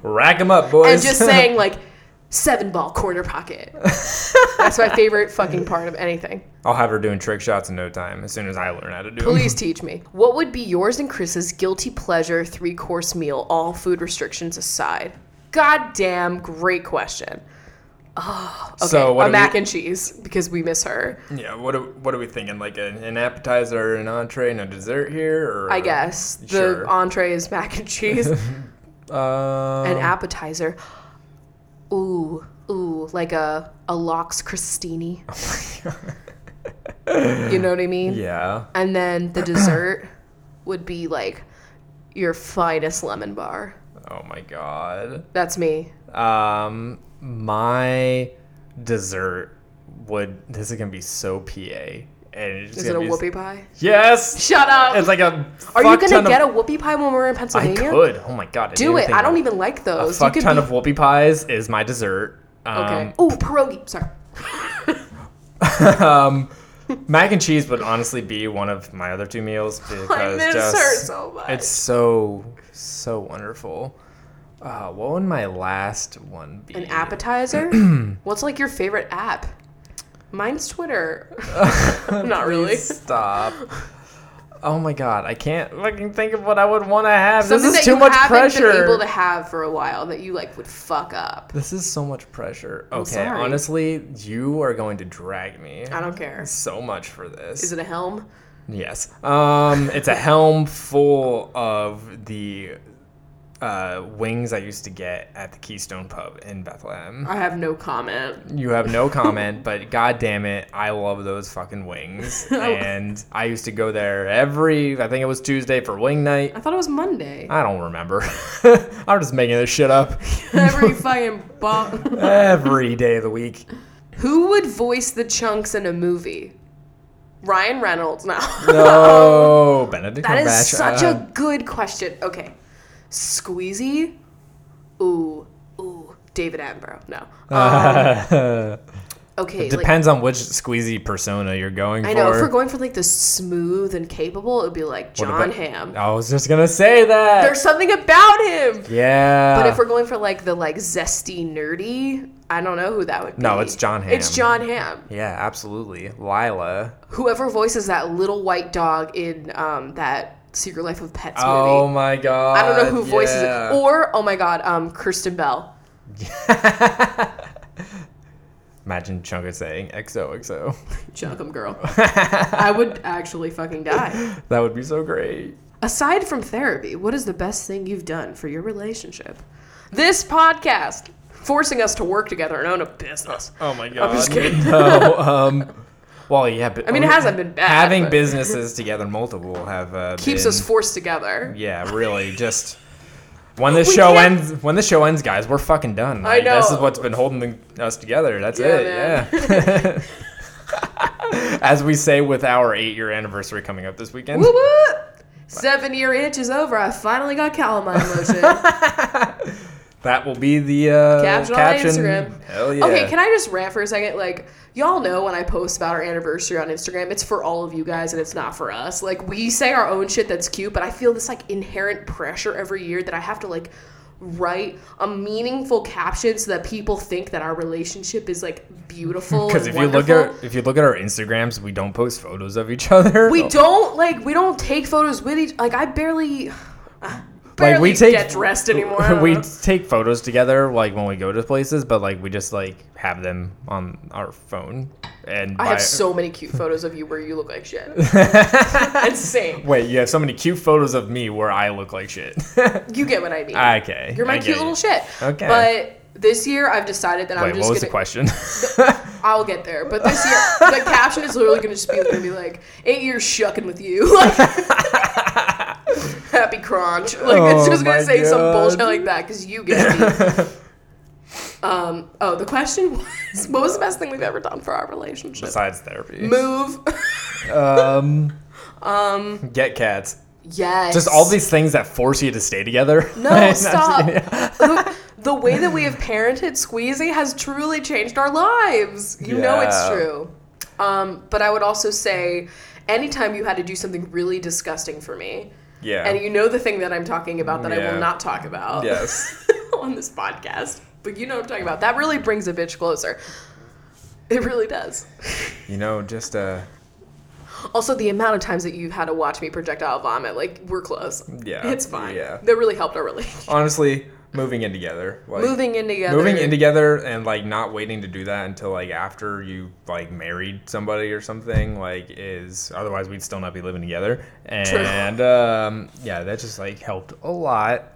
A: Rack them up, boys.
B: and just saying, like, seven ball quarter pocket. That's my favorite fucking part of anything.
A: I'll have her doing trick shots in no time as soon as I learn how to do them.
B: Please teach me. What would be yours and Chris's guilty pleasure three course meal, all food restrictions aside? Goddamn, great question. Oh, okay.
A: So what
B: a
A: do
B: mac
A: we-
B: and cheese because we miss her,
A: Yeah, what are, what are we thinking? Like an, an appetizer, an entree, and a dessert here? Or
B: I guess. The
A: Sure.
B: entree is mac and cheese, an
A: Uh,
B: appetizer. Ooh, ooh, like a a lox crostini. you know what I mean?
A: Oh yeah.
B: And then the dessert would be like your finest lemon bar.
A: Oh my god.
B: That's me.
A: Um, my dessert would. This is gonna be so PA. And it's just
B: Is it a
A: gonna be-
B: whoopie pie?
A: Yes.
B: Shut up.
A: It's like a.
B: Are you
A: fuck
B: gonna
A: ton
B: get
A: of,
B: a whoopie pie when we're in
A: I
B: Pennsylvania?
A: could. Oh my god. I
B: Do
A: didn't
B: it.
A: think
B: I don't
A: of-
B: even like
A: A
B: those.
A: fuck
B: you could
A: ton
B: be...
A: of whoopie pies is my dessert. Um,
B: Okay. Oh, pierogi. Sorry.
A: Um, Mac and cheese would honestly be one of my other two meals because
B: miss
A: just,
B: her so much.
A: It's so so wonderful. Uh, what would my last one be?
B: An appetizer? What's like your favorite app? Mine's Twitter. Not really.
A: Stop. Oh my god, I can't fucking think of what I would want to have.
B: Something
A: this
B: that
A: is too
B: you
A: much
B: haven't Been
A: pressure.
B: able to have for a while that you like would fuck up.
A: this is so much pressure. Okay,
B: sorry.
A: honestly, you are going to drag me
B: I don't care.
A: so much for this.
B: Is it a helm?
A: Yes. Um, it's a helm full of the uh, wings I used to get at the Keystone Pub in Bethlehem.
B: I have no comment.
A: You have no comment, but god damn it, I love those fucking wings. And I used to go there every, I think it was Tuesday for wing night.
B: I thought it was Monday.
A: I don't remember. I'm just making this shit up
B: Every fucking bump.
A: every day of the week.
B: Who would voice the chunks in a movie? Ryan Reynolds. No.
A: No, Benedict
B: That is
A: Cumberbatch,
B: such
A: uh,
B: a good question. Okay. Squeezy? Ooh. Ooh. David Attenborough. No. Okay. Like,
A: Uh, depends on which squeezy persona you're going
B: I
A: for.
B: know. If we're going for like the smooth and capable, it would be like
A: What
B: John
A: about-
B: Hamm.
A: I was just gonna say that.
B: There's something about him.
A: yeah.
B: But if we're going for like the like zesty nerdy, I don't know who that would be.
A: No, it's John
B: It's
A: Hamm.
B: John Hamm.
A: yeah, absolutely, Lila.
B: Whoever voices that little white dog in um, that Secret Life of Pets
A: Oh
B: movie.
A: my god.
B: I don't know who voices
A: yeah.
B: it. Or oh my god, um, Kristen Bell.
A: Imagine Chunga saying XOXO.
B: Chuckum girl. I would actually fucking die.
A: That would be so great.
B: Aside from therapy, what is the best thing you've done for your relationship? This podcast forcing us to work together and own a business.
A: Oh my god.
B: I'm just kidding.
A: No, um, well, yeah, but
B: I mean, it hasn't been bad,
A: Having
B: but-
A: businesses together, multiple, have uh,
B: Keeps
A: been-
B: us forced together.
A: Yeah, really, just. When this
B: We
A: show
B: can't-
A: ends, when the show ends, guys, we're fucking done.
B: I
A: This
B: know.
A: is what's been holding us together. That's
B: Yeah,
A: it. Yeah. As we say with our eight-year anniversary coming up this weekend.
B: Woo woo! Seven year itch is over. I finally got cat on my emotion.
A: That will be the uh,
B: Caption
A: caption.
B: on Instagram.
A: Hell yeah.
B: Okay, can I just rant for a second? Like, y'all know when I post about our anniversary on Instagram, it's for all of you guys and it's not for us. Like, we say our own shit that's cute, but I feel this like inherent pressure every year that I have to like write a meaningful caption so that people think that our relationship is like beautiful.
A: Because
B: Because
A: if you look at if you look at our Instagrams, we don't post photos of each other.
B: we don't like we don't take photos with each. Like, I barely. barely
A: like we take
B: get dressed anymore. I don't
A: We
B: know.
A: take photos together, like when we go to places, but like we just like have them on our phone. And by-
B: I have so many cute photos of you where you look like shit. Insane.
A: wait, you have so many cute photos of me where I look like shit.
B: You get what I mean.
A: okay,
B: You're my
A: I get
B: cute
A: you.
B: little shit.
A: Okay.
B: But this year, I've decided that I'm
A: Wait,
B: just
A: what was the question?
B: gonna. I'll get there. But this year, the caption is literally gonna just be gonna be like, eight years shucking with you. Like, happy crunch. Like it's
A: Oh
B: just gonna
A: my
B: say some
A: God.
B: bullshit like that because you get me. um. Oh, the question was, what was the best thing we've ever done for our relationship?
A: Besides therapy,
B: Move.
A: um, um, get cats.
B: yes.
A: Just all these things that force you to stay together.
B: No,
A: I'm just
B: stop.
A: kidding.
B: the, the way that we have parented Squeezy has truly changed our lives. You know it's
A: Yeah.
B: true. Um, but I would also say, anytime you had to do something really disgusting for me,
A: Yeah.
B: and you know the thing that I'm talking about that I
A: Yeah.
B: will not talk about
A: Yes.
B: on this podcast, but you know what I'm talking about. That really brings a bitch closer. It really does.
A: you know, just uh,
B: Also, the amount of times that you've had to watch me projectile vomit, like, we're close.
A: Yeah.
B: It's fine.
A: Yeah.
B: That really helped our relationship.
A: honestly, moving in together. Like,
B: Moving in together.
A: moving in together and like not waiting to do that until like after you like married somebody or something like is otherwise we'd still not be living together and um, yeah that just like helped a lot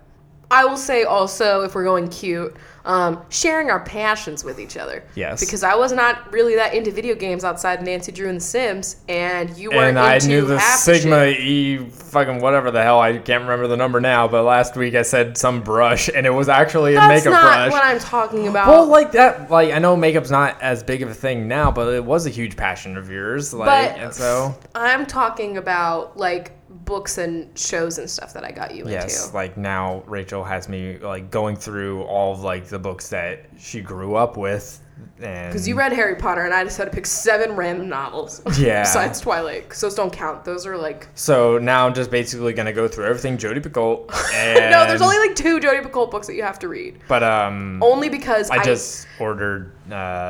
B: I will say also, if we're going cute, um, sharing our passions with each other.
A: Yes.
B: Because I was not really that into video games outside Nancy Drew and The Sims, and you weren't
A: and i
B: into
A: knew the
B: half the
A: sigma
B: shit.
A: e fucking whatever the hell i can't remember the number now but last week i said some brush and it was actually a
B: That's
A: makeup
B: not
A: brush
B: what I'm talking about.
A: well, like that, like I know makeup's not as big of a thing now, but it was a huge passion of yours, like,
B: But-
A: and so
B: I'm talking about like books and shows and stuff that I got you
A: Yes,
B: into.
A: like now Rachel has me like going through all of like the books that she grew up with, and
B: Because you read Harry Potter, and I just had to pick seven random novels.
A: Yeah.
B: Besides Twilight, because those don't count. Those are like.
A: so now I'm just basically gonna go through everything Jodi Picoult. And,
B: No, there's only like two Jodi Picoult books that you have to read.
A: but um,
B: Only because I,
A: I just ordered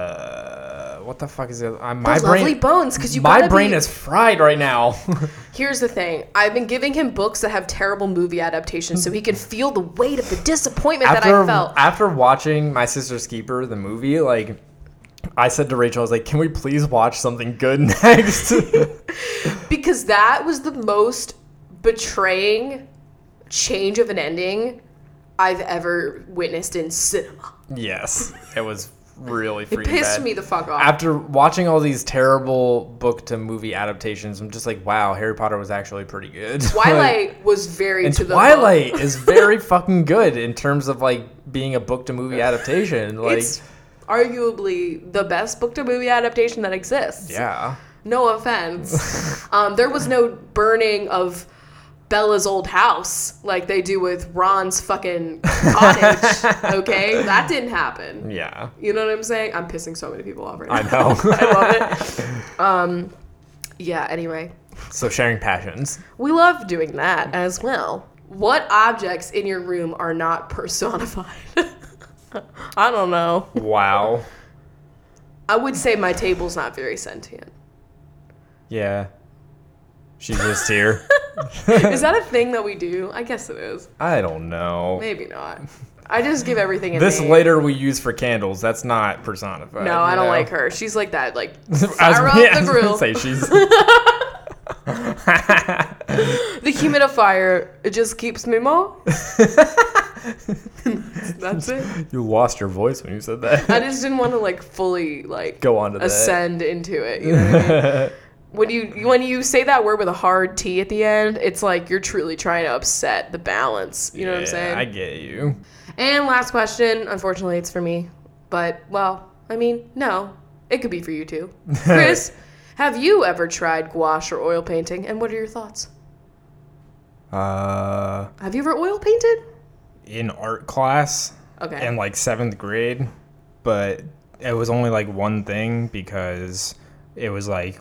A: uh, what the fuck is it? I, my
B: The Lovely
A: brain,
B: Bones, because you.
A: my
B: gotta
A: brain
B: be-
A: is fried right now.
B: Here's the thing. I've been giving him books that have terrible movie adaptations so he can feel the weight of the disappointment that I felt.
A: after watching My Sister's Keeper, the movie, like. I said to Rachel, I was like, "Can we please watch something good next?"
B: because that was the most betraying change of an ending I've ever witnessed in cinema.
A: yes, it was really freaking
B: It pissed
A: bad.
B: me the fuck off.
A: after watching all these terrible book to movie adaptations, I'm just like, wow, Harry Potter was actually pretty good. Like,
B: Twilight was very
A: and
B: to the
A: Twilight is very fucking good in terms of like being a book to movie adaptation. Like,
B: It's arguably the best book to movie adaptation that exists.
A: yeah,
B: No offense. um, there was no burning of Bella's old house like they do with Ron's fucking cottage. okay? That didn't happen.
A: yeah,
B: You know what I'm saying? I'm pissing so many people off right now.
A: I know.
B: I love it. Um, yeah, anyway.
A: so sharing passions.
B: We love doing that as well. What objects in your room are not personified? I don't know.
A: Wow.
B: I would say my table's not very sentient.
A: Yeah. She's just here.
B: Is that a thing that we do? I guess it is.
A: I don't know.
B: Maybe not. I just give everything a
A: This
B: name.
A: later we use for candles. That's not personified.
B: No, I
A: you
B: don't
A: know?
B: like her. She's like that, like
A: I was,
B: fire off
A: yeah, I
B: the
A: was gonna
B: grill.
A: say she's
B: The humidifier it just keeps me more. That's it.
A: You lost your voice when you said that.
B: I just didn't want to like fully like
A: Go on to that.
B: ascend into it. You know what I mean? When you when you say that word with a hard T at the end, it's like you're truly trying to upset the balance. You know what I'm
A: Yeah,
B: saying?
A: I get you.
B: And last question. Unfortunately, it's for me. But, well, I mean, no. It could be for you too. Chris, have you ever tried gouache or oil painting? And what are your thoughts?
A: Uh,
B: Have you ever oil painted?
A: in art class
B: Okay.
A: in like seventh grade, but it was only like one thing because it was like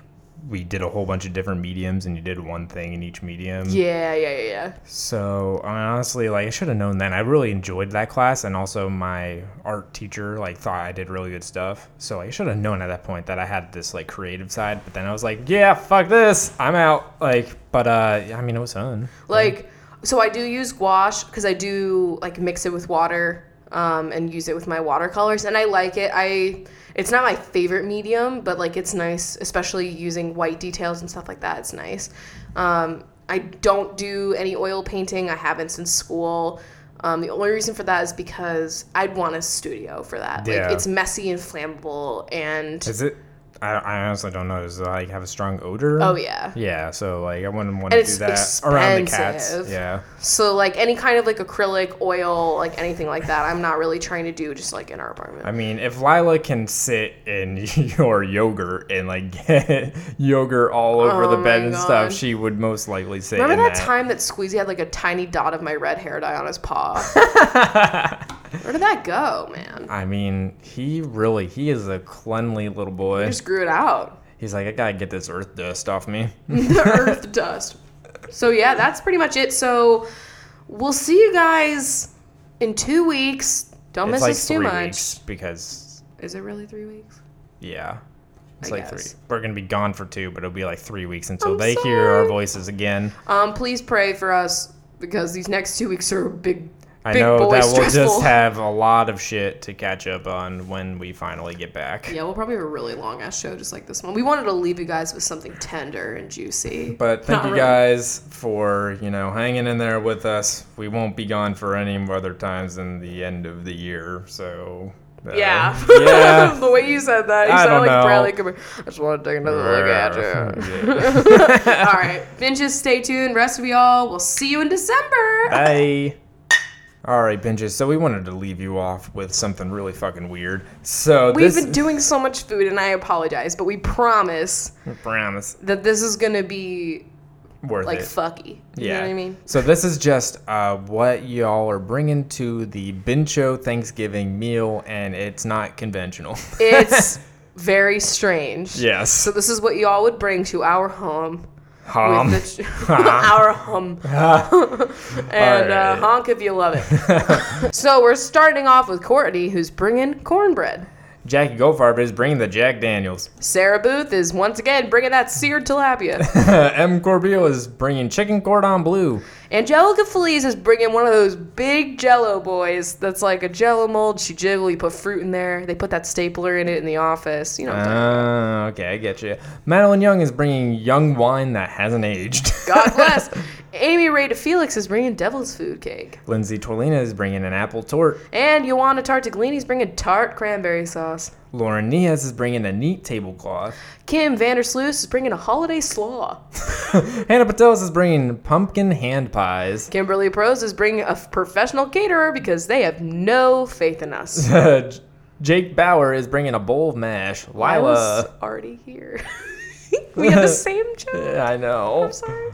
A: we did a whole bunch of different mediums and you did one thing in each medium.
B: yeah, yeah, yeah, yeah.
A: So I mean, honestly, like I should have known then. I really enjoyed that class, and also my art teacher like thought I did really good stuff. So I should have known at that point that I had this like creative side. But then I was like, yeah, fuck this, I'm out. Like, but uh, I mean, it was fun.
B: Like, so I do use gouache because I do like mix it with water um, and use it with my watercolors, and I like it. I it's not my favorite medium, but like it's nice, especially using white details and stuff like that. It's nice. Um, I don't do any oil painting. I haven't since school. Um, the only reason for that is because I'd want a studio for that.
A: Yeah.
B: Like it's messy and flammable, and
A: Is it? I, I honestly don't know. Does it like have a strong odor?
B: oh yeah.
A: Yeah, so like I wouldn't want to
B: And
A: do
B: it's
A: that around the cats.
B: expensive.
A: Yeah.
B: So like any kind of like acrylic oil, like anything like that, I'm not really trying to do just like in our apartment.
A: I mean, if Lila can sit in your yogurt and like get yogurt all over
B: Oh
A: the bed
B: my
A: and stuff,
B: God.
A: she would most likely sit
B: Remember
A: in
B: that, time that Squeezy had like a tiny dot of my red hair dye on his paw? Where did that go, man?
A: I mean, he really he is a cleanly little
B: I
A: boy.
B: just grew it out.
A: He's like, I gotta get this earth dust off me.
B: The earth dust. So yeah, that's pretty much it. So we'll see you guys in two weeks. Don't
A: it's
B: miss
A: like
B: us too
A: three
B: much.
A: weeks because
B: Is it really three weeks?
A: yeah. It's
B: I
A: like
B: guess.
A: three. We're gonna be gone for two, but it'll be like three weeks until
B: I'm
A: they hear our
B: sorry.
A: voices again.
B: Um, please pray for us because these next two weeks are a big,
A: I
B: big
A: know
B: boy
A: that
B: stressful.
A: we'll just have a lot of shit to catch up on when we finally get back.
B: yeah, we'll probably have a really long ass show just like this one. We wanted to leave you guys with something tender and juicy.
A: But thank
B: Not
A: you
B: really.
A: guys for, you know, hanging in there with us. We won't be gone for any other times than the end of the year, so uh,
B: Yeah.
A: Yeah.
B: the way you said that, you
A: I don't
B: sounded like
A: know.
B: Bradley Cooper. I just want to take another look at you.
A: Yeah.
B: All right. Binges, stay tuned. Rest of y'all, we'll see you in December.
A: Uh, Bye. All right, Benji. So we wanted to leave you off with something really fucking weird. So
B: We've
A: this
B: been doing so much food, and I apologize, but we promise
A: promise
B: that this is going to be
A: worth
B: like
A: it.
B: fucky. You know what I mean?
A: So this is just uh, what y'all are bringing to the Bencho Thanksgiving meal, and it's not conventional.
B: It's very strange.
A: yes.
B: So, this is what y'all would bring to our home. with
A: Hum.
B: the ch- our hum. and uh,
A: Alright.
B: honk if you love it. so we're starting off with Courtney, who's bringing cornbread.
A: Jackie Goldfarb is bringing the Jack Daniels.
B: Sarah Booth is once again bringing that seared tilapia.
A: M. Corbeil is bringing chicken cordon bleu.
B: Angelica Feliz is bringing one of those big jello boys that's like a jello mold. She jiggle, you put fruit in there. They put that stapler in it in the office. You know what I'm talking
A: Ah, okay, I get you. Madeline Young is bringing young wine that hasn't aged.
B: about. God bless. Amy Ray de Felix is bringing devil's food cake.
A: Lindsay Twilina is bringing an apple tort.
B: And Ioana Tartaglini's bringing tart cranberry sauce.
A: Lauren Niaz is bringing a neat tablecloth.
B: Kim Vandersloos is bringing a holiday slaw.
A: Hannah Patels is bringing pumpkin hand pies.
B: Kimberly Pros is bringing a professional caterer because they have no faith in us.
A: Jake Bauer is bringing a bowl of mash.
B: I was
A: Lila.
B: already here. we had the same joke.
A: Yeah, I know.
B: I'm sorry.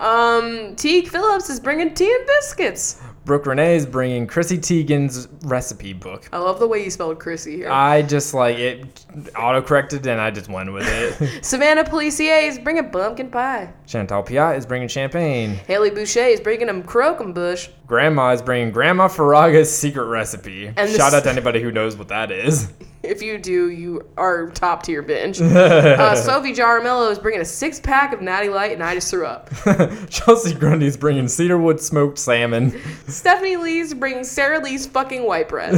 B: Um, Teague Phillips is bringing tea and biscuits.
A: Brooke Renee is bringing Chrissy Teigen's recipe book.
B: I love the way you spelled Chrissy here.
A: I just like it auto corrected and I just went with it.
B: Savannah Policier is bringing pumpkin pie.
A: Chantal Piat is bringing champagne.
B: Haley Boucher is bringing him croquembouche.
A: Grandma is bringing Grandma Faraga's secret recipe.
B: And
A: Shout
B: this-
A: out to anybody who knows what that is.
B: If you do, you are top tier binge. uh, Sophie Jaramillo is bringing a six pack of Natty Light, and I just threw up.
A: Chelsea Grundy is bringing cedarwood smoked salmon.
B: Stephanie Lee's bringing Sarah Lee's fucking white bread.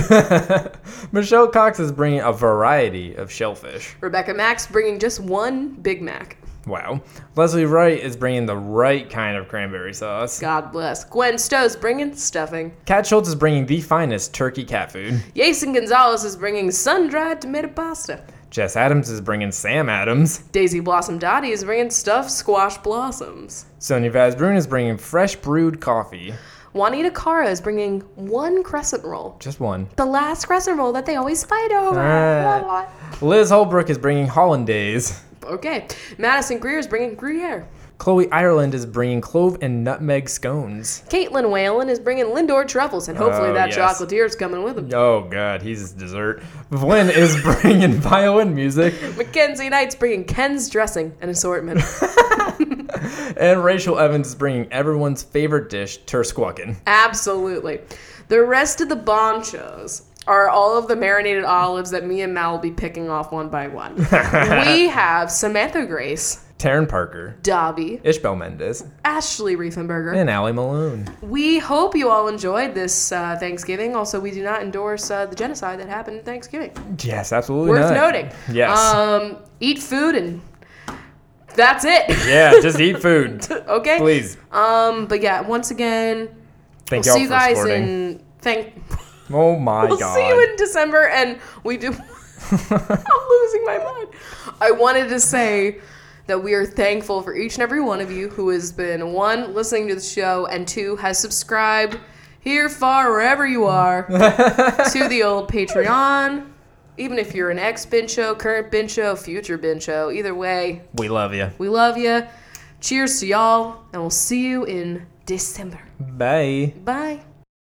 A: Michelle Cox is bringing a variety of shellfish.
B: Rebecca Max bringing just one Big Mac.
A: Wow. Leslie Wright is bringing the right kind of cranberry sauce.
B: God bless. Gwen Stowe's bringing stuffing.
A: Kat Schultz is bringing the finest turkey cat food.
B: Jason Gonzalez is bringing sun-dried tomato pasta.
A: Jess Adams is bringing Sam Adams.
B: Daisy Blossom Dottie is bringing stuffed squash blossoms.
A: Sonia Vazbrun is bringing fresh brewed coffee.
B: Juanita Cara is bringing one crescent roll.
A: Just one.
B: The last crescent roll that they always fight over.
A: Ah.
B: Blah, blah.
A: Liz Holbrook is bringing hollandaise.
B: Okay. Madison Greer is bringing Gruyere.
A: Chloe Ireland is bringing clove and nutmeg scones.
B: Caitlin Whalen is bringing Lindor truffles, and hopefully
A: Oh,
B: that
A: yes.
B: chocolatier's coming with him.
A: Oh god, he's dessert. Vlyn is bringing violin music,
B: Mackenzie Knight's bringing Ken's dressing, an assortment.
A: and Rachel Evans is bringing everyone's favorite dish, tersquakin.
B: Absolutely. The rest of the bonchos are all of the marinated olives that me and Mal will be picking off one by one. we have Samantha Grace,
A: Taryn Parker,
B: Dobby,
A: Ishbel Mendes,
B: Ashley Riefenberger.
A: and Allie Malone.
B: We hope you all enjoyed this uh, Thanksgiving. Also, we do not endorse uh, the genocide that happened at Thanksgiving.
A: Yes, absolutely.
B: Worth
A: not.
B: noting.
A: Yes.
B: Um, eat food and that's it.
A: yeah, just eat food,
B: okay.
A: please.
B: Um, but yeah, once again,
A: Thank y'all
B: we'll see you
A: for
B: guys
A: supporting.
B: in thank.
A: oh my
B: we'll
A: god.
B: see you in December, and we do. I'm losing my mind. I wanted to say that we are thankful for each and every one of you who has been one listening to the show and two has subscribed here far wherever you are to the old Patreon. Even if you're an ex Bencho, current Bencho, future Bencho, either way,
A: we love you.
B: we love you. Cheers to y'all, and we'll see you in December.
A: Bye.
B: Bye.